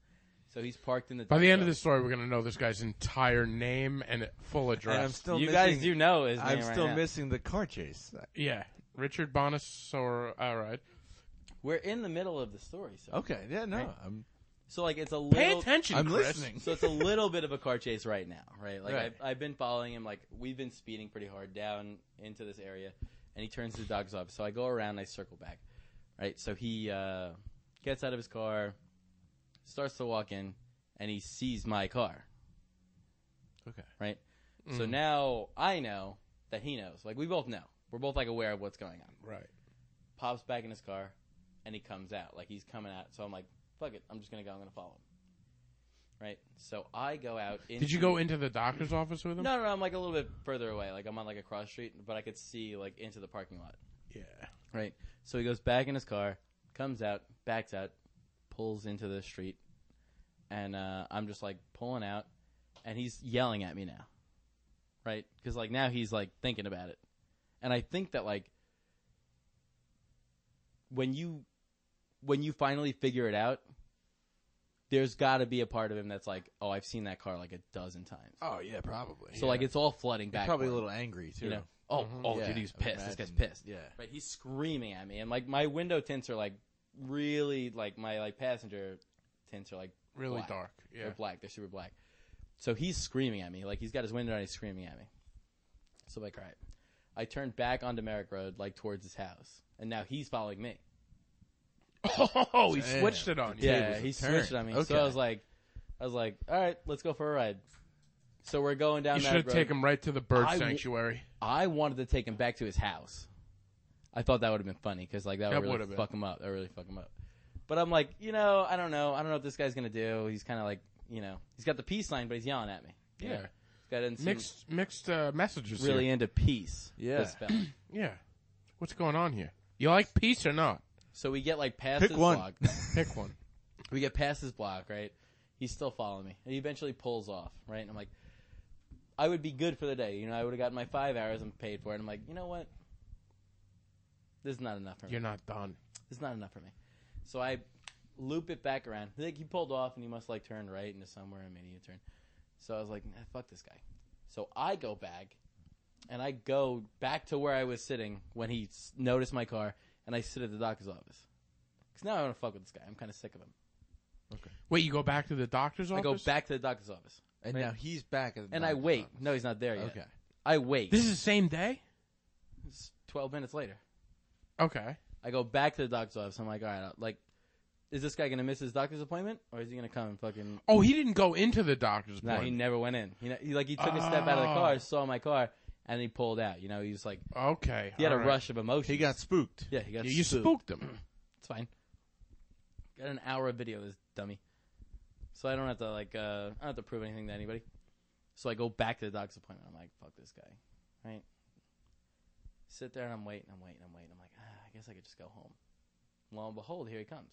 D: So he's parked in the.
B: By the
D: doc's
B: end of
D: office.
B: the story, we're gonna know this guy's entire name and full address.
E: And I'm still
D: you
E: missing,
D: guys do know his name
E: I'm
D: right
E: still
D: now.
E: missing the car chase.
B: yeah, Richard Bonas. Or all right,
D: We're in the middle of the story, so
E: Okay, yeah, no,
D: Right.
E: I'm
D: so like it's a
B: pay
D: little.
B: attention.
E: I'm
B: Chris.
E: listening.
D: [laughs] so it's a little bit of a car chase right now, right? Like
E: Right.
D: I've, I've been following him. Like we've been speeding pretty hard down into this area, and he turns to the dog's office. So I go around, I circle back, right? So he uh, gets out of his car, starts to walk in, and he sees my car.
E: Okay. Mm.
D: Right. So now I know that he knows. Like we both know. We're both like aware of what's going on.
B: Right.
D: pops back in his car, and he comes out. Like he's coming out. So I'm like, fuck it. I'm just gonna go. I'm gonna follow him. Right. So I go out. Into,
B: Did you go into the doctor's office with him?
D: No, no, no. I'm like a little bit further away. Like I'm on like a cross street, but I could see like into the parking lot.
B: Yeah.
D: Right. So he goes back in his car, comes out, backs out, pulls into the street, and uh, I'm just like pulling out, and he's yelling at me now, right? Because like now he's like thinking about it, and I think that like when you when you finally figure it out, there's got to be a part of him that's like, oh, I've seen that car like a dozen times.
E: Oh yeah, probably.
D: So like it's all flooding back.
E: probably a
D: for him,
E: little angry too. Mm-hmm.
D: you know. Oh, oh,
E: Yeah,
D: dude, he's
E: I would
D: pissed. This guy's
E: imagine.
D: pissed.
E: Yeah.
D: Right, he's screaming at me, and like my window tints are like really like my like passenger tints are like
B: Really
D: black.
B: dark. Yeah.
D: They're black. They're super black. So he's screaming at me, like he's got his window and he's screaming at me. So like, all right, I turn back onto Merrick Road, like towards his house, and now he's following me.
B: Oh, he switched it on you.
D: Yeah, he switched it on me. So I
E: Okay.
D: was like, I was like, all right, let's go for a ride. So we're going down.
B: You should
D: Merrick
B: have
D: Road.
B: taken him right to the bird
D: I w-
B: sanctuary.
D: I wanted to take him back to his house. I thought that would have been funny because like that,
B: That
D: would
B: would've been.
D: really fuck him up. That would really fuck him up. But I'm like, you know, I don't know. I don't know what this guy's gonna do. He's kind of like, you know, he's got the peace sign, but he's yelling at me. you
B: Yeah.
D: know? This guy doesn't seem
B: Mixed mixed uh, messages.
D: really
B: Here.
D: into peace.
E: Yeah.
D: this fella.
B: Yeah. What's going on here? You like peace or not?
D: So we get like past
E: Pick
D: his
E: one.
D: block.
B: Pick one.
D: We get past his block, right? He's still following me. And he eventually pulls off, right? And I'm like, I would be good for the day. You know, I would have gotten my five hours and paid for it. I'm like, you know what? This is not enough for me.
B: You're not done.
D: it's not enough for me. So I loop it back around. I think he pulled off and he must like turn right into somewhere and made a U turn. So I was like, nah, fuck this guy. So I go back and I go back to where I was sitting when he s- noticed my car and I sit at the doctor's office. Because now I want to fuck with this guy. I'm kind of sick of him.
B: Wait, you go back to the doctor's
D: I
B: office?
D: go back to the doctor's office
E: And now he's back at the
D: and I
E: doctor's
D: wait.
E: office.
D: No, he's not there yet.
E: Okay.
D: I wait.
B: This is the same day?
D: It's 12 minutes later.
B: Okay.
D: I go back to the doctor's office. I'm like, all right, I'll- like, is this guy going to miss his doctor's appointment or is he going to come and fucking
B: Oh, he didn't go into the doctor's
D: No, he
B: appointment.
D: never went in. He, he like he took a step out of the
B: Oh.
D: car, saw my car, and he pulled out. You know, he was like
B: okay.
D: he had
B: all
D: a
B: right.
D: rush of emotion.
E: He got spooked.
D: yeah, he got
B: You, you
D: spooked.
B: spooked
D: [clears throat]
B: him.
D: It's fine. Got an hour of video of this dummy, so I don't have to like uh, I don't have to prove anything to anybody. So I go back to the doc's appointment. I'm like, fuck this guy, right? Sit there and I'm waiting, I'm waiting, I'm waiting. I'm like, ah, I guess I could just go home. Lo and behold, here he comes.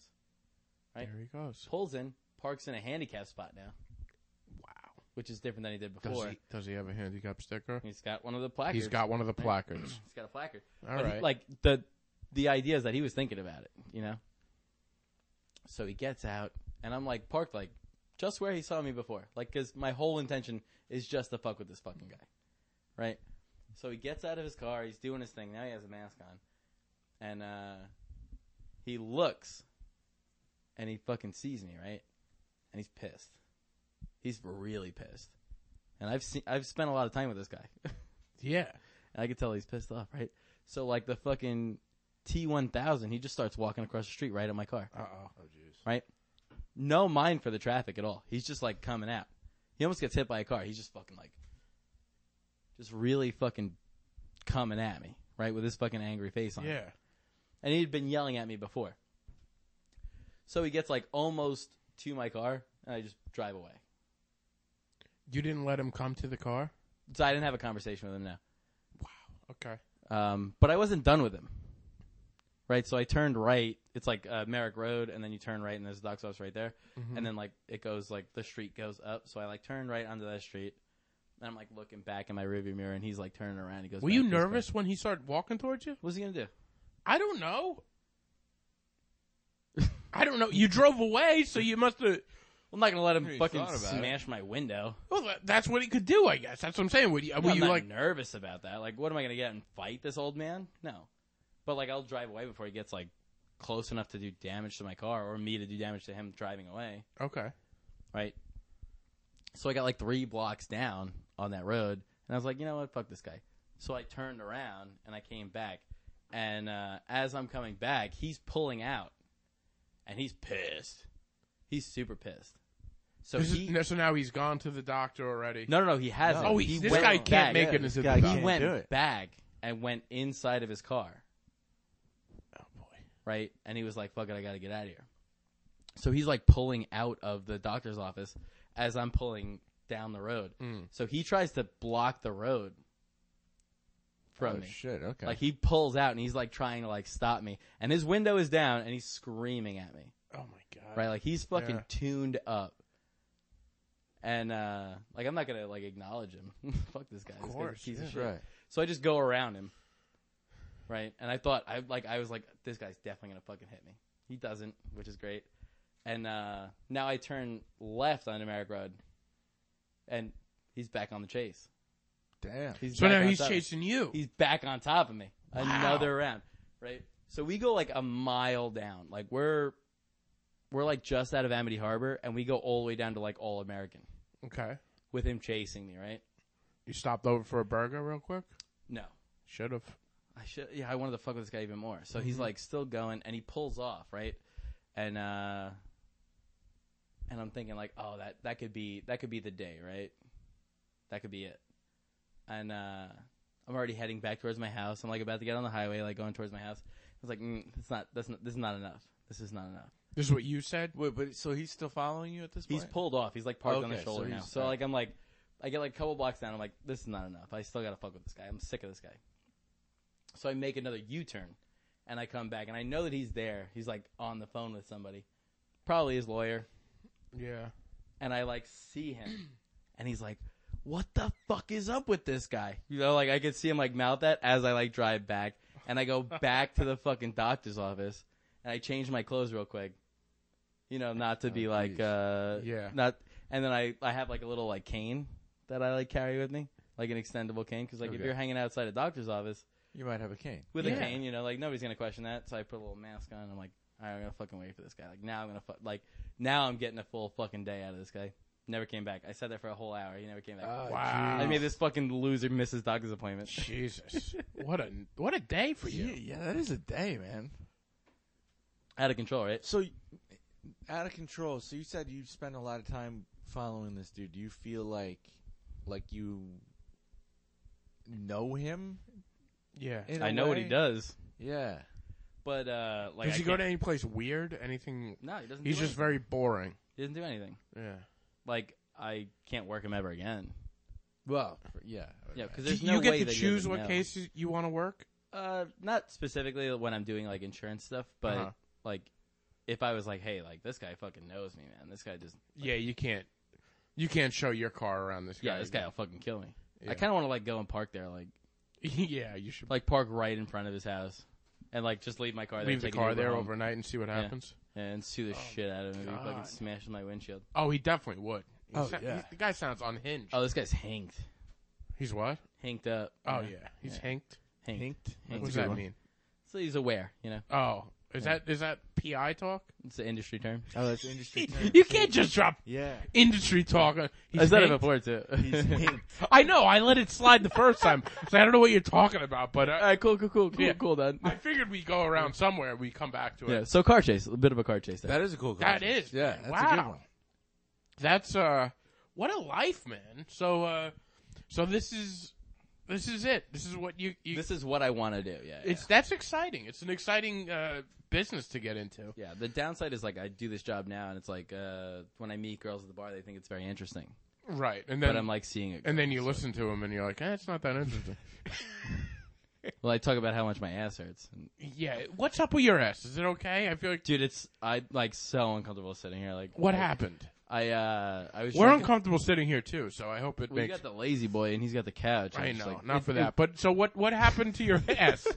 D: Right.
B: There he goes.
D: Pulls in, parks in a handicap spot now,
B: Wow.
D: which is different than he did
B: Does
D: before.
B: he, does he have a handicap sticker?
D: He's got one of the placards.
B: He's got one of the placards.
D: [clears throat] He's got a placard.
B: All
D: But he-
B: right.
D: like the the idea is that he was thinking about it, you know? So he gets out, and I'm like, parked like, just where he saw me before. Like, cause my whole intention is just to fuck with this fucking guy. Right? So he gets out of his car, he's doing his thing, now he has a mask on. And, uh, he looks, and he fucking sees me, right? And he's pissed. He's really pissed. And I've seen, I've spent a lot of time with this guy. [laughs]
B: Yeah.
D: And I could tell he's pissed off, right? So like the fucking T one thousand, he just starts walking across the street right at my car.
B: Uh oh.
D: Right? No mind for the traffic at all. He's just like coming out. He almost gets hit by a car. He's just fucking like just really fucking coming at me, right? With his fucking angry face on.
B: Yeah.
D: And he'd been yelling at me before. So he gets like almost to my car and I just drive away.
B: You didn't let him come to the car.
D: So I didn't have a conversation with him now.
B: Okay.
D: Um, but I wasn't done with him. Right, so I turned right. It's like uh, Merrick Road, and then you turn right, and there's a doc's office right there.
B: Mm-hmm.
D: And then like it goes like the street goes up. So I like turned right onto that street, and I'm like looking back in my rearview mirror, and he's like turning around. He goes,
B: Were
D: back
B: you
D: to his car.
B: nervous when he started walking towards you?
D: What's he gonna do?
B: I don't know. [laughs] I don't know. You drove away, so you must have.
D: I'm not gonna let him
E: Maybe he
D: fucking
E: thought about it.
D: smash my window.
B: Well, that- that's what he could do, I guess. That's what I'm saying. Were you, Uh, were
D: I'm
B: you
D: not
B: like,
D: nervous about that. Like, what am I gonna get and fight this old man? No, but like I'll drive away before he gets like close enough to do damage to my car or me to do damage to him driving away.
B: okay,
D: right? So I got like three blocks down on that road, and I was like, you know what, fuck this guy. So I turned around and I came back, and uh, as I'm coming back, he's pulling out, and he's pissed. He's super pissed. So
B: This is-
D: he
B: no, so now he's gone to the doctor already.
D: no no no he hasn't.
B: Oh, he, this
D: went
B: guy can't
D: back.
B: make
E: yeah,
B: it
E: this
B: into
E: guy
B: the
E: can't.
D: He
B: doctor.
D: went
E: do it.
D: back and went inside of his car.
B: Oh boy.
D: right? And he was like, fuck it, I gotta get out of here. So he's like pulling out of the doctor's office as I'm pulling down the road. So he tries to block the road from
E: Oh
D: me.
E: shit! Okay.
D: Like he pulls out and he's like trying to like stop me. And his window is down and he's screaming at me.
B: Oh my god.
D: Right? Like he's fucking
B: Yeah.
D: tuned up. And uh like I'm not gonna like acknowledge him. [laughs] fuck this guy. This guy's
B: course,
D: a piece of
E: That's
D: shit.
E: right.
D: So I just go around him. Right? And I thought I like I was like, this guy's definitely gonna fucking hit me. He doesn't, which is great. And uh now I turn left on Merrick Road and he's back on the chase.
E: Damn.
D: He's
B: so
D: back
B: now
D: on
B: he's
D: top of-
B: chasing you.
D: He's back on top of me.
B: Wow.
D: Another round. Right? So we go like a mile down. Like we're we're like just out of Amity Harbor and we go all the way down to like all American
B: okay.
D: with him chasing me, right?
B: You stopped over for a burger real quick.
D: No.
B: Should have.
D: I should. Yeah, I wanted to fuck with this guy even more. So he's like still going, and he pulls off right, and uh, and I'm thinking like, oh, that that could be that could be the day, right? That could be it. And uh, I'm already heading back towards my house. I'm like about to get on the highway, like going towards my house. I was like, mm, it's not. That's not. This is not enough. This is not enough.
B: This is what you said.
E: Wait, but so he's still following you at this point?
D: He's pulled off. He's like parked on the
E: Okay, so
D: shoulder now.
E: he's-
D: So like I'm like, I get like a couple blocks down. I'm like, this is not enough. I still gotta fuck with this guy. I'm sick of this guy. So I make another U-turn, and I come back, and I know that he's there. He's like on the phone with somebody, probably his lawyer.
B: Yeah.
D: And I like see him, [clears throat] and he's like, "What the fuck is up with this guy?" You know, like I could see him like mouth that as I like drive back, and I go back to the fucking doctor's office, and I change my clothes real quick. You know, not to be like, uh,
B: Yeah.
D: not. And then I, I have like a little like cane that I like carry with me, like an extendable cane, because like if
E: Okay.
D: you're hanging outside a doctor's office
E: You might have a cane.
D: with a
B: Yeah.
D: cane, you know, like nobody's gonna question that. So I put a little mask on. And I'm like, all right, I'm gonna fucking wait for this guy. Like now I'm gonna fu- like now I'm getting a full fucking day out of this guy. Never came back. I said that for a whole hour. He never came back.
B: wow.
D: Oh, I made this fucking loser miss his doctor's appointment. [laughs]
B: Jesus. what a what a day for
E: Yeah,
B: you.
E: yeah, that is a day, man.
D: Out of control, right?
C: So y-
E: Out of control. So you said you spent a lot of time following this dude. Do you feel like, like you know him?
B: Yeah.
E: In
D: I
E: a
D: know what he
E: way?
D: does,
E: Yeah.
D: but uh, like
B: Does
D: I
B: he go
D: can't-
B: to any place weird? Anything?
D: No, he doesn't.
B: He's
D: do
B: just
D: anything.
B: very boring.
D: He doesn't do anything.
B: Yeah.
D: Like I can't work him ever again.
E: Well, for- yeah.
D: Yeah, because
B: Do
D: there's no
B: you get
D: way
B: to
D: that
B: choose
D: doesn't
B: what
D: know.
B: cases you want to work?
D: Uh, not specifically when I'm doing like insurance stuff, but
B: Uh-huh.
D: like if I was like, hey, like this guy fucking knows me, man. This guy just
B: Yeah, you can't. You can't show your car around this guy.
D: Yeah, this guy will fucking kill me.
B: Yeah.
D: I kind of want to like go and park there, like
B: [laughs] yeah, you should.
D: like park right in front of his house. and like just leave my car there.
B: Leave the
D: take an
B: car
D: Uber
B: there
D: home,
B: overnight and see what happens.
D: and sue the shit out of him. if He fucking
B: God.
D: smashes my windshield.
B: Oh, he definitely would. He
E: Oh,
B: sa-
E: yeah.
B: he- the guy sounds unhinged.
D: Oh, this guy's hanked,
B: he's what?
D: hanked up. you
B: Oh
D: know?
B: yeah, he's hanked.
D: hanked.
B: What
D: Hanked.
B: does that mean?
D: So he's aware, you know.
B: Oh, is that is that PI
D: [laughs]
B: talk?
D: It's an industry term.
E: Oh, that's
D: [laughs]
E: industry. term.
B: You can't just drop
E: yeah.
B: industry talk. on- He's
D: I said it
B: hanked.
D: before too.
E: He's hinked.
B: I know. I let it slide the first time. [laughs] So I don't know what you're talking about, but
D: All [laughs]
B: I,
D: right, cool, cool, cool, cool,
B: Yeah.
D: cool, then.
B: I figured we go around somewhere. We come back to it.
D: Yeah. So car chase, a bit of a car chase. There.
E: That is a cool.
B: That
E: concept.
B: is,
E: Yeah.
B: man.
E: That's
B: wow.
E: a good one.
B: That's uh, what a life, man. So uh, so this is this is it. This is what you. you
D: this is what I want to do. Yeah.
B: it's that's exciting. It's an exciting uh business to get into.
D: yeah. yeah. The downside is like I do this job now, and it's like uh, when I meet girls at the bar, they think it's very interesting,
B: Right, and
D: but
B: then
D: I'm like seeing it.
B: and then you listen to him and you're like, eh, it's not that
D: [laughs]
B: interesting.
D: Well, I talk about how much my ass hurts. And,
B: yeah, what's up with your ass? Is it okay? I feel like
D: dude, it's I like so uncomfortable sitting here. Like
B: what
D: I,
B: happened?
D: I uh, I was.
B: We're
D: drinking-
B: uncomfortable sitting here too, so I hope it
D: We
B: makes.
D: got the lazy boy, and he's got the couch.
B: [laughs]
D: and
B: I
D: it's
B: know,
D: like,
B: not
D: it-
B: for that. But so what? What happened to your [laughs] ass?
D: [laughs]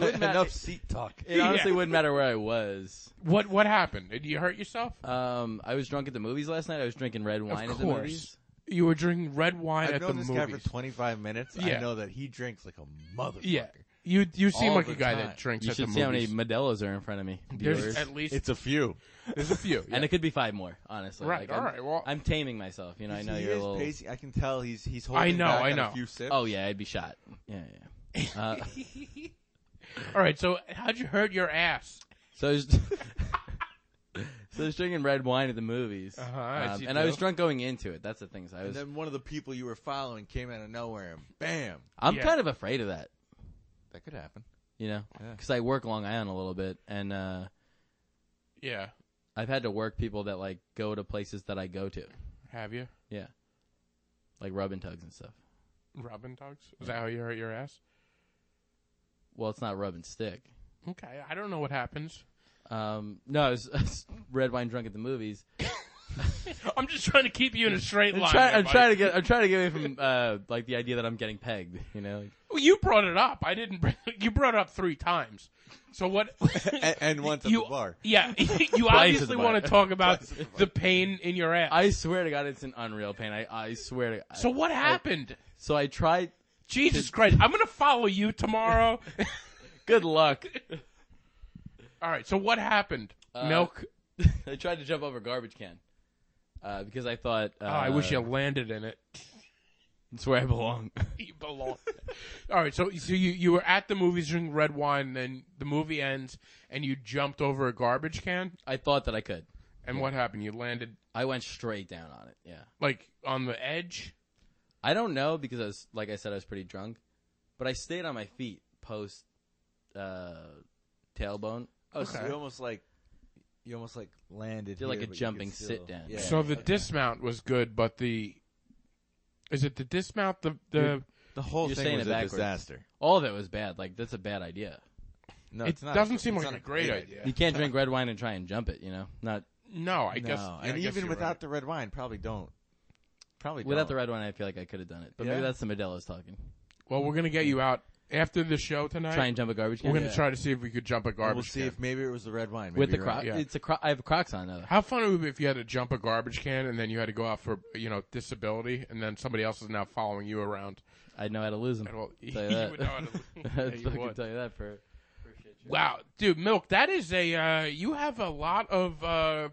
B: [laughs]
D: wouldn't matter.
E: Enough seat talk.
D: It honestly
B: Yeah.
D: wouldn't matter where I was.
B: what What happened? Did you hurt yourself?
D: Um, I was drunk at the movies last night. I was drinking red wine at the
B: course.
D: movies.
B: You were drinking red wine
E: I've
B: at the
E: known this guy
B: movies.
E: for 25 minutes.
B: Yeah.
E: I know that he drinks like a motherfucker.
B: yeah, you you seem
E: All
B: like a
E: the
B: guy
E: time.
B: that drinks
D: You
B: at the
D: should see how many
B: movies.
D: Modelo's are in front of me.
B: There's
D: viewers.
B: at least
E: It's a few.
B: there's a
D: [laughs]
B: few. yeah.
D: and it could be five more, honestly.
B: Right,
D: I'm,
B: all right, well-
D: I'm taming myself. You know, I know
E: he
D: you're a
E: is
D: little.
E: pacing. I can tell he's he's holding
B: know,
E: back
B: I
E: on
B: know.
E: a few sips.
D: Oh yeah, I'd be shot. Yeah, yeah.
B: [laughs]
D: Uh,
B: All right, so how'd you hurt your ass?
D: so I was, [laughs] so I was drinking red wine at the movies, Um,
B: Uh-huh, as you
D: and I was
B: do.
D: drunk going into it. That's the thing. So I
E: And
D: was.
E: then one of the people you were following came out of nowhere and bam.
D: I'm
B: Yeah.
D: kind of afraid of that.
E: That could happen.
D: You know,
E: Yeah.
D: because I work Long Island a little bit, and uh,
B: Yeah,
D: I've had to work people that like go to places that I go to,
B: have you?
D: like rub and tugs and stuff.
B: Robin dogs? Is that how you hurt your ass?
D: Well, it's not rub and stick.
B: Okay, I don't know what happens. [laughs]
D: Um, no, I was, [laughs] I was red wine drunk at the movies,
B: I'm just trying to keep you in a straight
D: I'm,
B: line.
D: try-
B: there,
D: I'm
B: buddy.
D: trying to get. I'm trying to get away from uh, like the idea that I'm getting pegged. You know, Like,
B: Well, you brought it up. I didn't. Bring, [laughs] you brought it up three times.
E: [laughs]
B: So what?
E: And, and once at
B: [laughs] You-
E: the bar.
B: yeah, you
D: at
B: obviously
D: the
B: want to
E: [laughs]
D: bar.
B: talk about the pain in your ass.
D: I swear to God, it's an unreal pain. I, I swear to. I-
B: so what happened?
D: so I tried.
B: Jesus Christ! I'm gonna follow you [laughs] tomorrow.
D: Good luck. [laughs]
B: All right. So what happened?
D: Uh,
B: Milk.
D: I tried to jump over a garbage can uh, because I thought. Uh,
B: Oh, I wish you landed in it.
D: It's where I belong.
B: [laughs] You belong. All right. So so you you were at the movies drinking red wine, and then the movie ends, and you jumped over a garbage can.
D: [laughs] I thought that I could.
B: And what happened? You landed
D: I went straight down on it. Yeah.
B: like on the edge.
D: I don't know because I was like I said I was pretty drunk, but I stayed on my feet post uh, tailbone.
E: Oh, so
B: Okay.
E: you almost like you almost like landed.
D: Did like
E: here,
D: a
E: but you could
D: jumping
E: still-
D: sit down.
E: Yeah.
B: so the dismount was good, but the is it the dismount the the
E: The whole
D: You're
E: thing
D: saying
E: was
D: it
E: a
D: backwards.
E: disaster.
D: All of it was bad. Like that's a bad idea.
E: No,
B: it
E: it's not
B: doesn't
E: it's
B: seem like
E: not
B: a great idea.
D: You can't drink red wine and try and jump it, you know? Not
B: No, I guess.
E: No,
B: yeah,
E: and
B: I guess
E: even
B: you're
E: without
B: right.
E: the red wine, probably don't. Probably
D: without the
E: don't.
D: red wine I feel like I could have done it. But
E: Yeah.
D: maybe that's the Modelo's talking.
B: Well, we're gonna get you out after the show tonight.
D: Try and jump a garbage
B: we're
D: can.
B: gonna try to see if we could jump a
E: And
B: garbage
E: We'll see
B: can.
E: if maybe it was the red wine.
D: With
E: maybe
D: the
E: you're right.
D: croc
B: yeah.
D: it's a cro- I have crocs on though.
B: How fun it would be if you had to jump a garbage can and then you had to go out for you know disability, and then somebody else is now following you around. [laughs]
D: I know how to lose them.
B: And well,
D: Tell
B: [laughs]
D: you
B: you
D: that.
B: would know
E: [laughs]
B: how to-
D: [laughs] I
B: Yeah, you
D: fucking
B: would.
D: tell you that for
B: Wow, dude, milk. That is a uh, you have a lot of uh,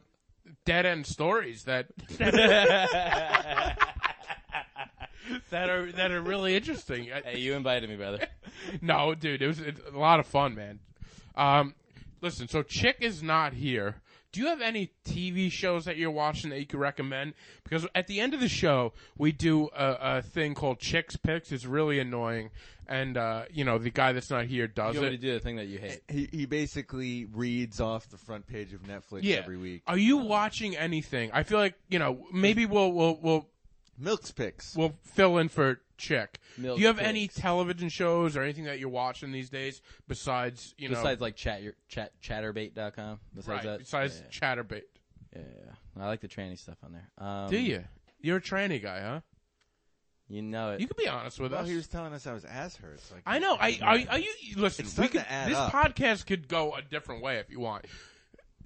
B: dead end stories that [laughs] that are that are really interesting. I-
D: Hey, you invited me, brother.
B: no, dude, it was it's a lot of fun, man. Um, listen, so Chick is not here. Do you have any TV shows that you're watching that you could recommend? Because at the end of the show, we do a, a thing called Chick's Picks. It's really annoying, and uh, you know the guy that's not here does
D: You want me to
B: it.
D: do the thing that you [laughs] hate.
E: He he basically reads off the front page of Netflix
B: Yeah.
E: every week.
B: Are you watching anything? I feel like you know maybe we'll we'll we'll
E: Milk's picks.
B: we'll fill in for Chick.
D: Milk
B: do you have any
D: Picks.
B: television shows or anything that you're watching these days besides you know
D: Besides like chat your chat chatterbait.com. Besides
B: right,
D: that.
B: besides
D: yeah,
B: Chatterbait?
D: yeah, yeah. I like the tranny stuff on there. Um,
B: Do you? You're a tranny guy, huh?
D: You know it.
B: You can be honest with
C: Well,
B: us.
C: he was telling us I was ass hurts. Like
B: I know. I are, are you listen?
C: It's
B: We
C: starting
B: could,
C: to add
B: this
C: up.
B: podcast could go a different way if you want.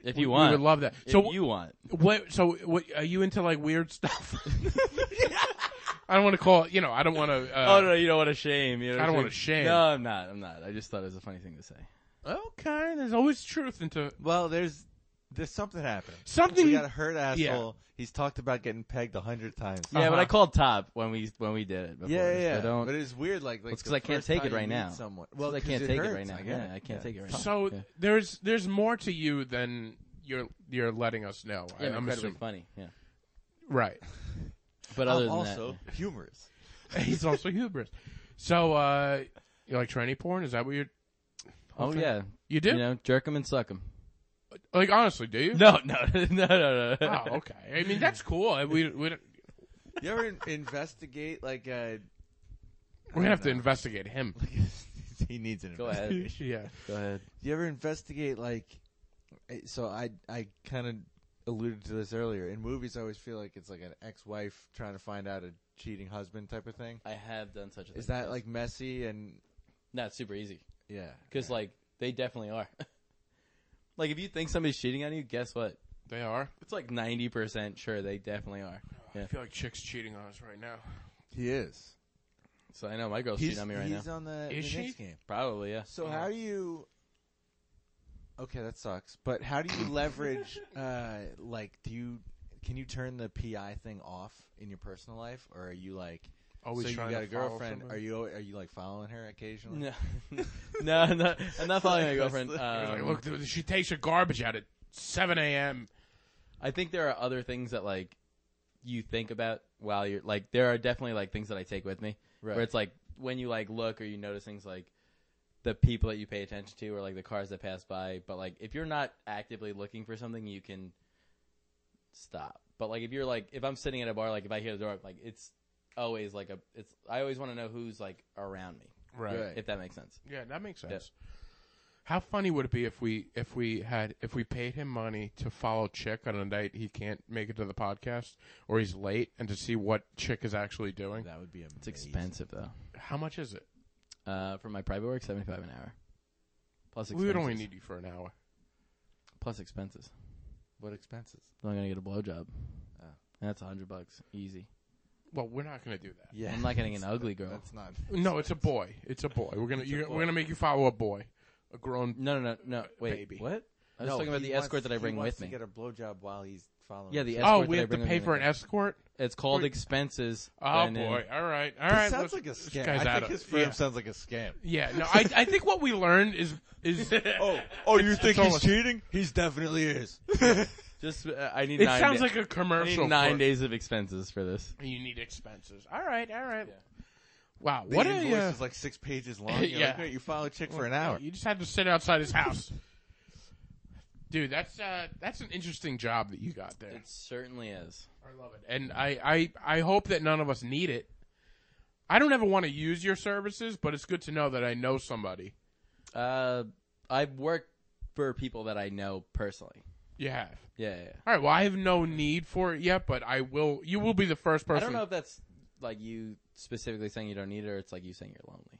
D: if
B: We-
D: you want.
B: we would love that.
D: If
B: so
D: you want.
B: what? So what? Are you into like weird stuff? [laughs] I don't want to call. it- You know, I don't want to. Uh,
D: [laughs] oh no, you don't want to shame. You know
B: I don't
D: what I'm
B: wanna shame.
D: saying? No, I'm not. I'm not. I just thought it was a funny thing to say.
B: Okay, there's always truth into
C: Well, there's there's something happening.
B: something.
C: We got a hurt asshole. He's talked about getting pegged a hundred times.
D: Yeah,
B: Uh-huh.
D: but I called top when we when we did it. Before.
C: yeah, yeah.
D: So
C: yeah.
D: don't.
C: But it's weird, like, like
D: It's 'cause
C: the
D: I can't
C: first
D: take it
C: time you
D: right
C: meet
D: now.
C: Someone.
D: Well, I
C: 'cause
D: can't take it
C: hurts,
D: right now.
C: I get
D: yeah, I can't take it right now.
B: so
D: yeah.
B: there's there's more to you than you're you're letting us know.
D: Yeah,
B: I,
D: I'm
B: am
D: incredibly
B: assuming.
D: funny. Yeah,
B: Right. [laughs]
D: but
C: I'm
D: other than
C: Oh, also
D: that,
C: humorous.
B: He's also hubris. So uh, you like tranny porn? Is that what you're?
D: oh yeah,
B: You do?
D: you know, jerk 'em and suck 'em.
B: Like honestly, do you?
D: [laughs] No, no, [laughs] no, no, no.
B: Oh, okay. I mean, that's cool. I- We we don't-
C: You ever in- investigate like uh,
B: we're gonna have to investigate him.
C: [laughs] he needs an
D: [laughs]
C: [laughs]
D: Go ahead.
B: [laughs] yeah.
D: Go ahead.
C: You ever investigate like? eh, So I I kind of alluded to this earlier. In movies, I always feel like it's like an ex-wife trying to find out a cheating husband type of thing.
D: I have done such a thing.
C: Is that like messy and
D: not super easy?
C: yeah?
D: Because like they definitely are. [laughs] like if you think somebody's cheating on you, guess what?
B: They are.
D: It's like ninety percent sure they definitely are.
B: I feel like chicks cheating on us right now.
C: He is.
D: So I know my girl's
C: He's,
D: cheating on me right now.
C: he's on the,
B: Is
C: the
B: she?
C: Knicks game.
D: Probably yeah.
C: So how do you? Okay, that sucks. But how do
B: [laughs]
C: you leverage? uh Like, do you can you turn the PI thing off in your personal life, or are you like?
B: Always
C: so you
B: trying
C: got
B: to
C: a
B: follow
C: girlfriend?
B: somebody.
C: Are you are you like following her occasionally?
D: [laughs] No, [laughs] no, no, I'm not
C: [laughs]
D: following my girlfriend.
B: I was like,
D: Um,
B: look, dude, she takes her garbage out at 7 a.m.
D: I think there are other things that like you think about while you're like there are definitely like things that I take with me
C: Right.
D: where it's like when you like look or you notice things like the people that you pay attention to or like the cars that pass by but like if you're not actively looking for something you can stop but like if you're like if I'm sitting at a bar like if I hear the door like it's always like a it's I always want to know who's like around me
B: Right.
C: Right.
D: if that makes sense
B: Yeah, that makes sense. How funny would it be if we if we had if we paid him money to follow chick on a night he can't make it to the podcast or he's late and to see what chick is actually doing?
C: That would be amazing.
D: it's expensive though
B: How much is it?
D: uh for my private work 75 an hour plus expenses
B: We would only need you for an hour.
D: plus expenses
C: What expenses?
D: I'm gonna get a blowjob.
B: Ah.
C: Oh.
D: And that's a hundred bucks, easy.
B: Well, we're not going to do that.
C: Yeah,
D: I'm not
C: [laughs]
D: getting an ugly girl.
C: That's not.
B: No, it's a boy. It's a boy. We're gonna you're, we're gonna make you follow a boy, a grown.
D: No, no, no, no. Wait,
B: Baby.
D: what? I was
C: [laughs] No,
D: talking about
C: he
D: the
C: wants-
D: escort that I
C: he
D: bring
C: wants
D: with
C: to
D: me.
C: Get a blowjob while he's following.
D: Yeah, the
C: us.
D: escort
B: oh, we
D: that I
B: have to
D: bring with
B: pay
D: me.
B: for an escort.
D: It's called expenses.
B: Oh
D: Brendan.
B: boy! All right, all
C: That
B: right.
C: sounds
B: let's-
C: like a
B: this
C: scam.
B: guy's
C: I
B: out
C: think
B: of-
C: his firm
B: yeah.
C: sounds like a scam.
B: Yeah, no, I I think what we learned is is
C: Oh, oh, you think he's
B: almost-
C: cheating? He's definitely is.
D: Just uh, I need.
B: it
D: nine
B: sounds
D: da-
B: like a
D: I need
B: commercial.
D: nine
B: for-
D: days of expenses for this.
B: You need expenses. All right, all right.
D: Yeah.
B: Wow,
C: The
B: what
C: invoice
B: a uh,
C: is like six pages long. You're
B: Yeah.
C: like, "Wait, you follow a chick for an hour.
B: [laughs] you just had to sit outside his house, dude. That's uh, that's an interesting job that you got there.
D: It certainly is.
B: I love it, and I, I I hope that none of us need it. I don't ever want to use your services, but it's good to know that I know somebody.
D: Uh, I've worked for people that I know personally.
B: You have.
D: Yeah, yeah. yeah.
B: All right. Well, I have no need for it yet, but I will. You will be the first
D: I
B: person.
D: don't know if that's like you specifically saying you don't need it, or it's like you saying you're lonely.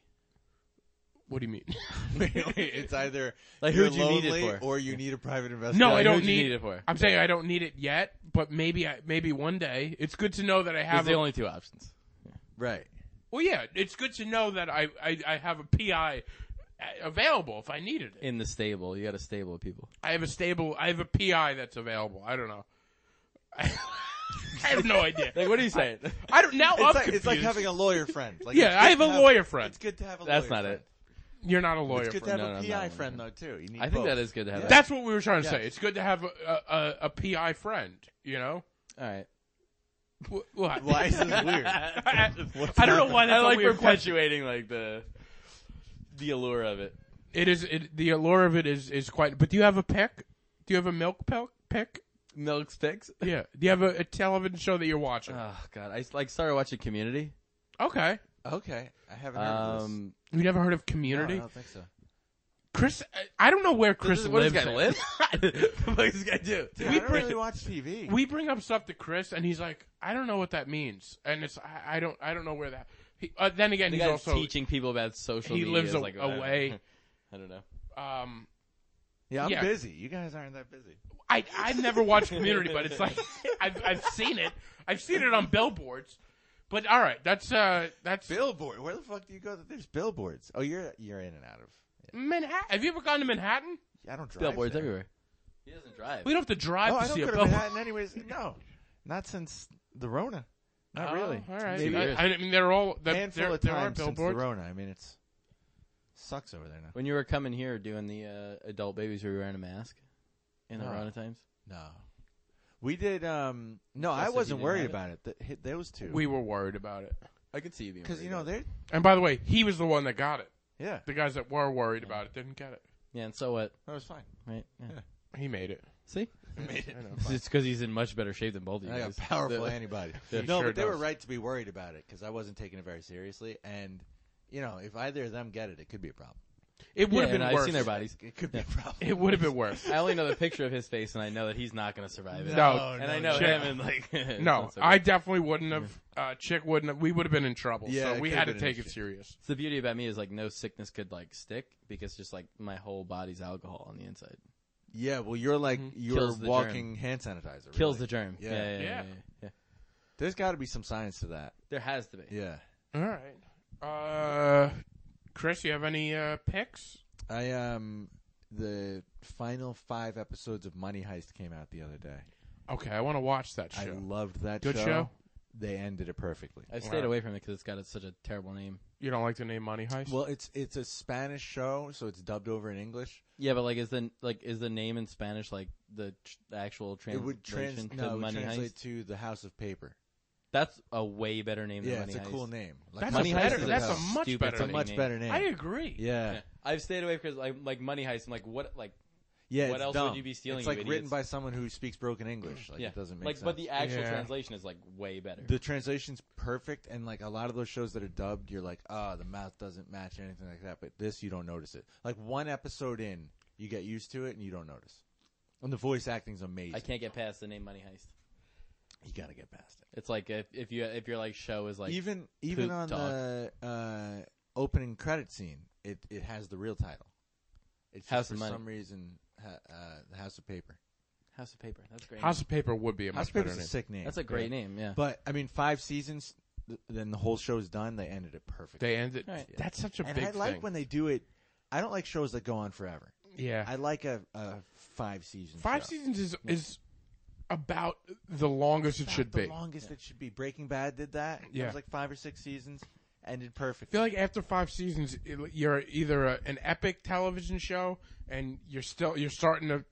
B: What do you mean?
C: [laughs]
B: [laughs]
C: it's either
D: Like,
C: you're
D: who'd you need it
C: lonely
D: for?
C: or you need a private investor.
B: No,
D: Like,
B: I don't
D: who'd you
B: need-
D: need it for.
B: I'm saying I don't need it yet, but maybe I maybe one day. It's good to know that I
D: It's
B: have.
D: the
B: a-
D: only two options.
C: right.
B: Well, yeah, it's good to know that I, I, I have a PI available if I needed it.
D: in the stable. You got a stable of people.
B: I have a stable, I have a PI that's available. I don't know. [laughs] I, have no idea.
D: [laughs] Like, what are you saying?
B: I don't now. I'm
C: It's like,
B: confused.
C: it's like having a lawyer friend.
B: [laughs]
C: Like, it's
B: yeah, I have
C: good
B: a
C: to
B: lawyer friend.
C: It's good to have a
D: That's
C: lawyer.
D: not
C: friend.
D: it.
B: You're not a lawyer
C: It's good to
B: friend.
C: have
D: No, no,
C: a
D: no,
C: PI
D: no, no.
C: friend though too. You need
D: I think
C: both.
D: that is good to have.
C: Yeah.
D: That.
B: That's what we were trying to say. It's good to have a a, a, a PI friend. You know. [laughs]
D: All right.
B: Wh- What?
C: [laughs]
D: [laughs]
C: Why is this weird?
B: I, I don't know why that's a
D: I like
B: weird question.
D: perpetuating like the the allure of it.
B: It is it, the allure of it is is quite. But do you have a pick? Do you have a milk pick?
D: [laughs]
B: Pick?
D: Milk sticks.
B: Yeah. Do you have a, a television show that you're watching?
D: Oh God, I like started watching Community.
B: okay.
C: Okay, I haven't heard of this.
D: Um,
B: You never heard of
C: No, I
B: Community?
C: don't think so.
B: Chris, I don't know where Chris
D: what Uh. does
B: lives.
D: this guy
B: at.
D: [laughs] live? what does this guy do?
C: Dude,
B: We
C: I don't
B: bring-
C: really watch TV.
B: We bring up stuff to Chris, and he's like, I don't know what that means, and it's I, I don't I don't know where that. He, uh, then again,
D: The
B: he's
D: guy's
B: also
D: teaching people about social.
B: he
D: media
B: lives
D: is
B: a,
D: like, I don't know.
B: away.
D: [laughs] I don't know.
B: Um,
C: Yeah, I'm
B: Yeah.
C: busy. You guys aren't that busy.
B: I I've never watched Community, but it's like [laughs] I've I've seen it. I've seen it on billboards. But all right, that's uh that's
C: Billboard. Where the fuck do you go? that There's billboards. Oh, you're you're in and out of.
B: Manhattan. Have you ever gone to Manhattan?
C: Yeah, I don't drive.
D: Billboards
C: there.
D: everywhere. He doesn't drive.
B: We don't have to drive
C: Oh,
B: to
C: I
B: see
C: don't
B: a
C: go to
B: billboard. [laughs]
C: Manhattan anyways. No, not since the Rona. Not
B: Oh,
C: really.
B: All right.
D: Maybe there is.
B: I, I mean, they're all
C: A
B: they're,
C: handful
B: there-
C: of
B: there are
C: times since the
B: billboards.
C: Rona. I mean, it's sucks over there now.
D: When you were coming here doing the uh, adult babies, were you wearing a mask in the
C: No.
D: Rona times?
C: No, we did. Um, no,
D: Yes,
C: I
D: if you
C: wasn't
D: didn't
C: worried
D: have it.
C: about it. Th- hit those two.
B: We were worried about it.
D: I could see you
C: [laughs]
D: being
C: because you know
D: worried about
C: they're
B: And by the way, he was the one that got it.
C: yeah.
B: The guys that were worried about it didn't get it.
D: it. yeah, and so what?
C: That was fine.
D: Right? Yeah.
B: He made it.
D: See,
C: [laughs] Made it.
D: [laughs] it's because he's in much better shape than both of
C: [laughs]
D: you.
C: I got
D: guys.
C: powerful
D: The- [laughs]
C: antibodies.
B: He
C: no,
B: sure
C: but they were
B: does.
C: right to be worried about it because I wasn't taking it very seriously. And you know, if either of them get it, it could be a problem.
B: It
D: Yeah,
B: would have
D: and
B: been
D: I've
B: worse.
D: seen their bodies.
C: It could be a problem.
B: It would have been
D: [laughs]
B: worse.
D: I only know the picture of his face, and I know that he's not going to survive it.
B: No,
D: and I know
B: Chick-
D: him, and like [laughs] it's
B: No,
D: not so
B: I
D: good.
B: definitely wouldn't have. Uh, Chick wouldn't have. We would have been in trouble.
C: Yeah,
B: so
C: it
B: we
C: could've
B: had to
C: been an
B: take it
C: issue.
B: serious.
D: It's the beauty about me is like no sickness could like stick because just like my whole body's alcohol on the inside
C: [laughs] Yeah, well, you're like you're
D: Mm-hmm. Kills the germ.
C: walking hand sanitizer.
D: kills the
C: really.
D: germ.
C: Yeah.
D: Yeah, yeah, yeah.
B: Yeah.
D: yeah, yeah.
C: There's got to be some science to that.
D: There has to be.
C: Yeah,
B: All right. Uh, Chris, you have any uh, picks?
C: I um the final five episodes of Money Heist came out the other day.
B: Okay, I want to watch that
C: I
B: show.
C: loved that
B: Good
C: show.
B: show?
C: They ended it perfectly.
D: I've stayed
B: Wow.
D: away from it because it's got such a terrible name.
B: You don't like the name Money Heist?
C: Well, it's it's a Spanish show, so it's dubbed over in English.
D: Yeah, but like, is the like is the name in Spanish like the tr- actual
C: It
D: translation
C: would, trans-
D: to
C: no, it would
D: Money
C: translate
D: Heist?
C: to The House of Paper.
D: That's a way better name
C: Yeah,
D: than Money
C: it's a
D: Heist.
C: cool name. Like,
B: That's
C: Money
B: a
C: Heist
B: better-
C: is a
B: that's a
C: tough-
B: much
D: stupid
B: better
C: it's a
B: name.
C: much
D: name.
C: better name.
B: I agree.
C: Yeah,
D: Yeah. I've stayed away because like like Money Heist. I'm like, what like
C: yeah.
D: What
C: it's
D: else
C: dumb.
D: would you be stealing,
C: It's
D: you
C: like written
D: idiots?
C: by someone who speaks broken English. Like
D: yeah,
C: it doesn't make
D: like,
C: sense.
D: but the actual
B: Yeah.
D: translation is like way better.
C: The translation's perfect, and like a lot of those shows that are dubbed, you're like, oh, the mouth doesn't match or anything like that. But this, you don't notice it. Like one episode in, you get used to it, and you don't notice. And the voice acting's amazing.
D: I can't get past the name Money Heist.
C: You gotta get past it.
D: It's like if, if you if your like show is like
C: even even
D: poop
C: on
D: talk.
C: the uh, opening credit scene, it it has the real title. It's just
D: House
C: for
D: of Money.
C: some reason, ha- uh, the House of Paper.
D: House of Paper. That's a great.
B: House of Paper would be a
C: House
B: much
C: of Paper's
B: better
C: a
B: name.
C: sick name.
D: name. That's a great name. Yeah.
C: But I mean, five seasons, th- then the whole show's done. They ended it perfectly.
B: They ended.
D: Right.
B: That's such
C: [laughs]
B: a
C: and
B: big
C: I like
B: thing.
C: when they do it. I don't like shows that go on forever.
B: yeah,
C: I like a, a five season.
B: Five
C: show.
B: seasons is is about the longest it
C: About
B: should
C: the
B: be. I
C: longest it should be. Breaking Bad did that. It
B: Yeah.
C: was like five or six seasons. Ended perfectly.
B: feel like after five seasons, it- you're either a, an epic television show and you're still you're starting to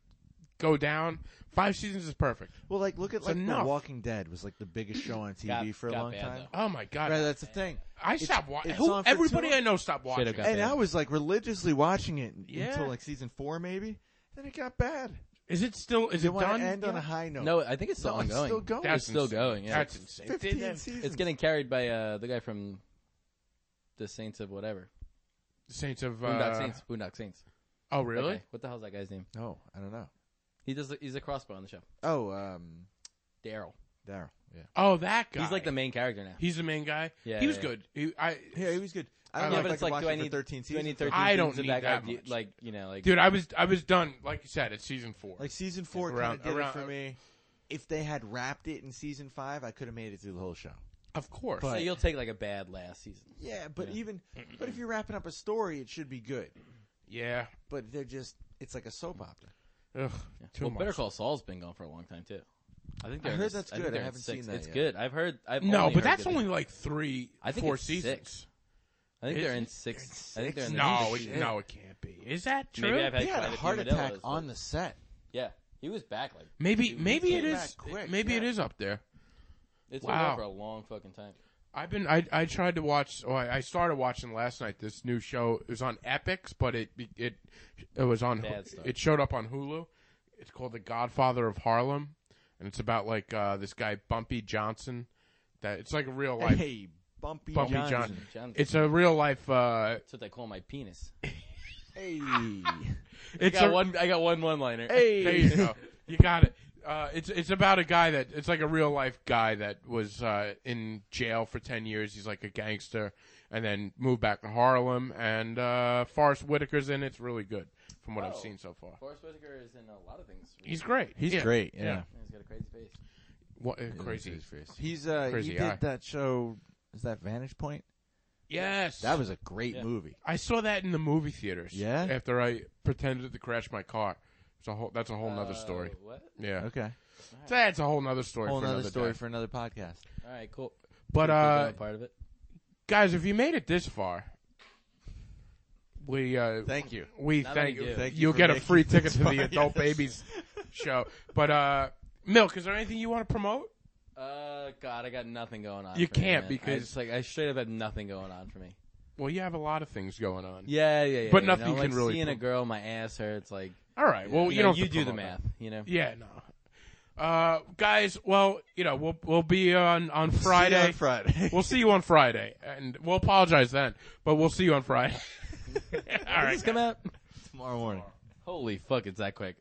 B: go down. Five seasons is perfect.
C: well, like look at like
B: enough.
C: The Walking Dead was like the biggest show on TV
D: Got-
C: for a
D: got
C: long
D: bad,
C: time.
D: though.
B: Oh my god!
C: Right, that's the thing.
B: I
C: It's-
B: stopped watching.
C: it's on for too
B: Everybody
C: long.
B: I know stopped watching.
D: Should've got
C: And
D: bad.
C: I was like religiously watching it
B: Yeah.
C: until like season four, maybe. Then it got bad.
B: Is it still? Is
C: They
B: it
C: want
B: done?
C: to end on
B: yet?
C: a high note.
D: no, I think it's still
C: no,
D: ongoing.
C: it's still going.
B: That's
D: It's still
B: insane.
D: going, yeah.
B: that's insane.
C: Fifteen
B: Did-
C: seasons.
D: It's getting carried by uh, the guy from the Saints of whatever.
B: Saints of. Uh,
D: Boondock Saints. Boondock Saints.
B: Oh
D: That
B: really?
D: guy. What the hell's that guy's name?
C: No, I don't know.
D: He does. He's a crossbow on the show.
C: Oh, um,
D: Daryl.
C: Daryl. Yeah.
B: Oh, that guy.
D: He's like the main character now.
B: He's the main guy.
D: Yeah,
B: he was
D: yeah.
B: good. He, I,
C: Yeah, he was good. I
B: Yeah,
C: don't know
B: but
C: if
D: it's
C: I could
D: like,
C: watch
D: do
C: it
D: I need
C: for thirteen
D: Do I
C: seasons.
D: need 13
B: I don't
D: seasons of
B: need that
D: guy? Do you-
B: much.
D: Like you know, like
B: dude, I was I was done. Like you said, at season four.
C: Like season four
B: Around-
C: kind of did
B: around-
C: it for me. If they had wrapped it in season five, I could have made it through the whole show.
B: of course.
D: so
C: but-
D: you'll take like a bad last season.
C: Yeah, but
D: Yeah.
C: even but if you're wrapping up a story, it should be good.
B: yeah.
C: But they're just it's like a soap opera.
B: Ugh, too
D: well,
B: much.
D: Better Call Saul's been gone for a long time too. I think
C: I
D: they're in
C: heard
D: the-
C: that's
D: think
C: good. I
D: they're in
C: haven't
D: six.
C: seen that
D: It's
C: yet.
D: good. I've heard. I've
B: no,
D: only
B: but
D: heard
B: that's
D: good
B: only
D: things.
B: like three,
D: I think
B: four
D: it's
B: seasons.
D: six. I think they're in six. I think they're in the
B: No,
D: six.
B: it, no, it can't be. Is that true?
D: Maybe
B: Maybe,
D: I've had,
C: They had a
D: quite few
C: heart
D: Modelo's,
C: attack
D: but-
C: on the set.
D: Yeah, he was back like
B: maybe,
D: two weeks
B: it
D: ago.
C: back
B: is.
C: quick,
B: maybe it
C: yeah.
B: is up there.
D: It's been
B: Wow.
D: gone for a long fucking time.
B: I've been. I I tried to watch. Oh, I, I started watching last night. This new show it was on Epics, but it it it was on.
D: Bad stuff.
B: It showed up on Hulu. It's called The Godfather of Harlem, and it's about like uh, this guy Bumpy Johnson. That it's like a real life.
C: Hey, Bumpy,
B: Bumpy
C: Johnson.
B: Johnson.
D: Johnson.
B: It's a real life. Uh,
D: That's what they call my penis.
C: Hey,
B: it's
D: I got
B: a, [laughs]
D: one. I got one one liner.
B: There you go. You got it. Uh, it's it's about a guy that it's like a real life guy that was uh, in jail for ten years. He's like a gangster, and then moved back to Harlem. And uh, Forrest Whitaker's in. it. It's really good from what I've
D: Oh.
B: seen so far.
D: Forrest Whitaker is in a lot of things.
B: He's great.
C: He's
B: Yeah.
C: great. Yeah.
B: yeah.
D: He's got a crazy face.
B: What, uh, crazy.
C: He's uh
B: Crazy
C: he
B: eye.
C: did that show is that Vantage Point?
B: Yes,
C: That was a great
D: Yeah.
C: movie.
B: I saw that in the movie theaters.
C: Yeah?
B: After I pretended to crash my car. It's a whole. That's a whole nother story.
D: Uh, What?
B: Yeah.
C: Okay.
B: That's a whole nother story.
C: Whole
B: for
C: another
B: another
C: story
B: Day.
C: for another podcast.
D: All right, cool.
B: But
D: Keep
B: uh,
D: that part of it.
B: guys, if you made it this far, we uh,
C: Thank you.
B: we
D: Not
B: thank
D: many
B: you.
D: do. Thank
C: you
B: You'll
C: for
B: get a
C: making
B: free
C: this
B: ticket to
C: far, [laughs]
B: the Adult
C: yes.
B: Babies show. But uh, Milk, is there anything you want to promote?
D: Uh, God, I got nothing going on.
B: You
D: for me,
B: can't
D: man.
B: because-
D: I just, like I straight up had nothing going on for me.
B: Well, you have a lot of things going on.
D: Yeah, yeah, yeah.
B: But
D: you
B: nothing
D: know,
B: can
D: like
B: really
D: Seeing a
B: pump-
D: girl, my ass hurts. Like,
B: All right. Well, you,
D: know,
B: don't have
D: you
B: to
D: do the
B: promote that.
D: math. You know.
B: Yeah. No. Uh, guys, well, you know, we'll we'll be on on Friday.
C: See you on Friday.
B: We'll see you on Friday, and we'll apologize then. But we'll see you on Friday. [laughs] All
D: Did
B: right.
D: this come out?
C: [laughs] Tomorrow morning.
D: Holy fuck! It's that quick.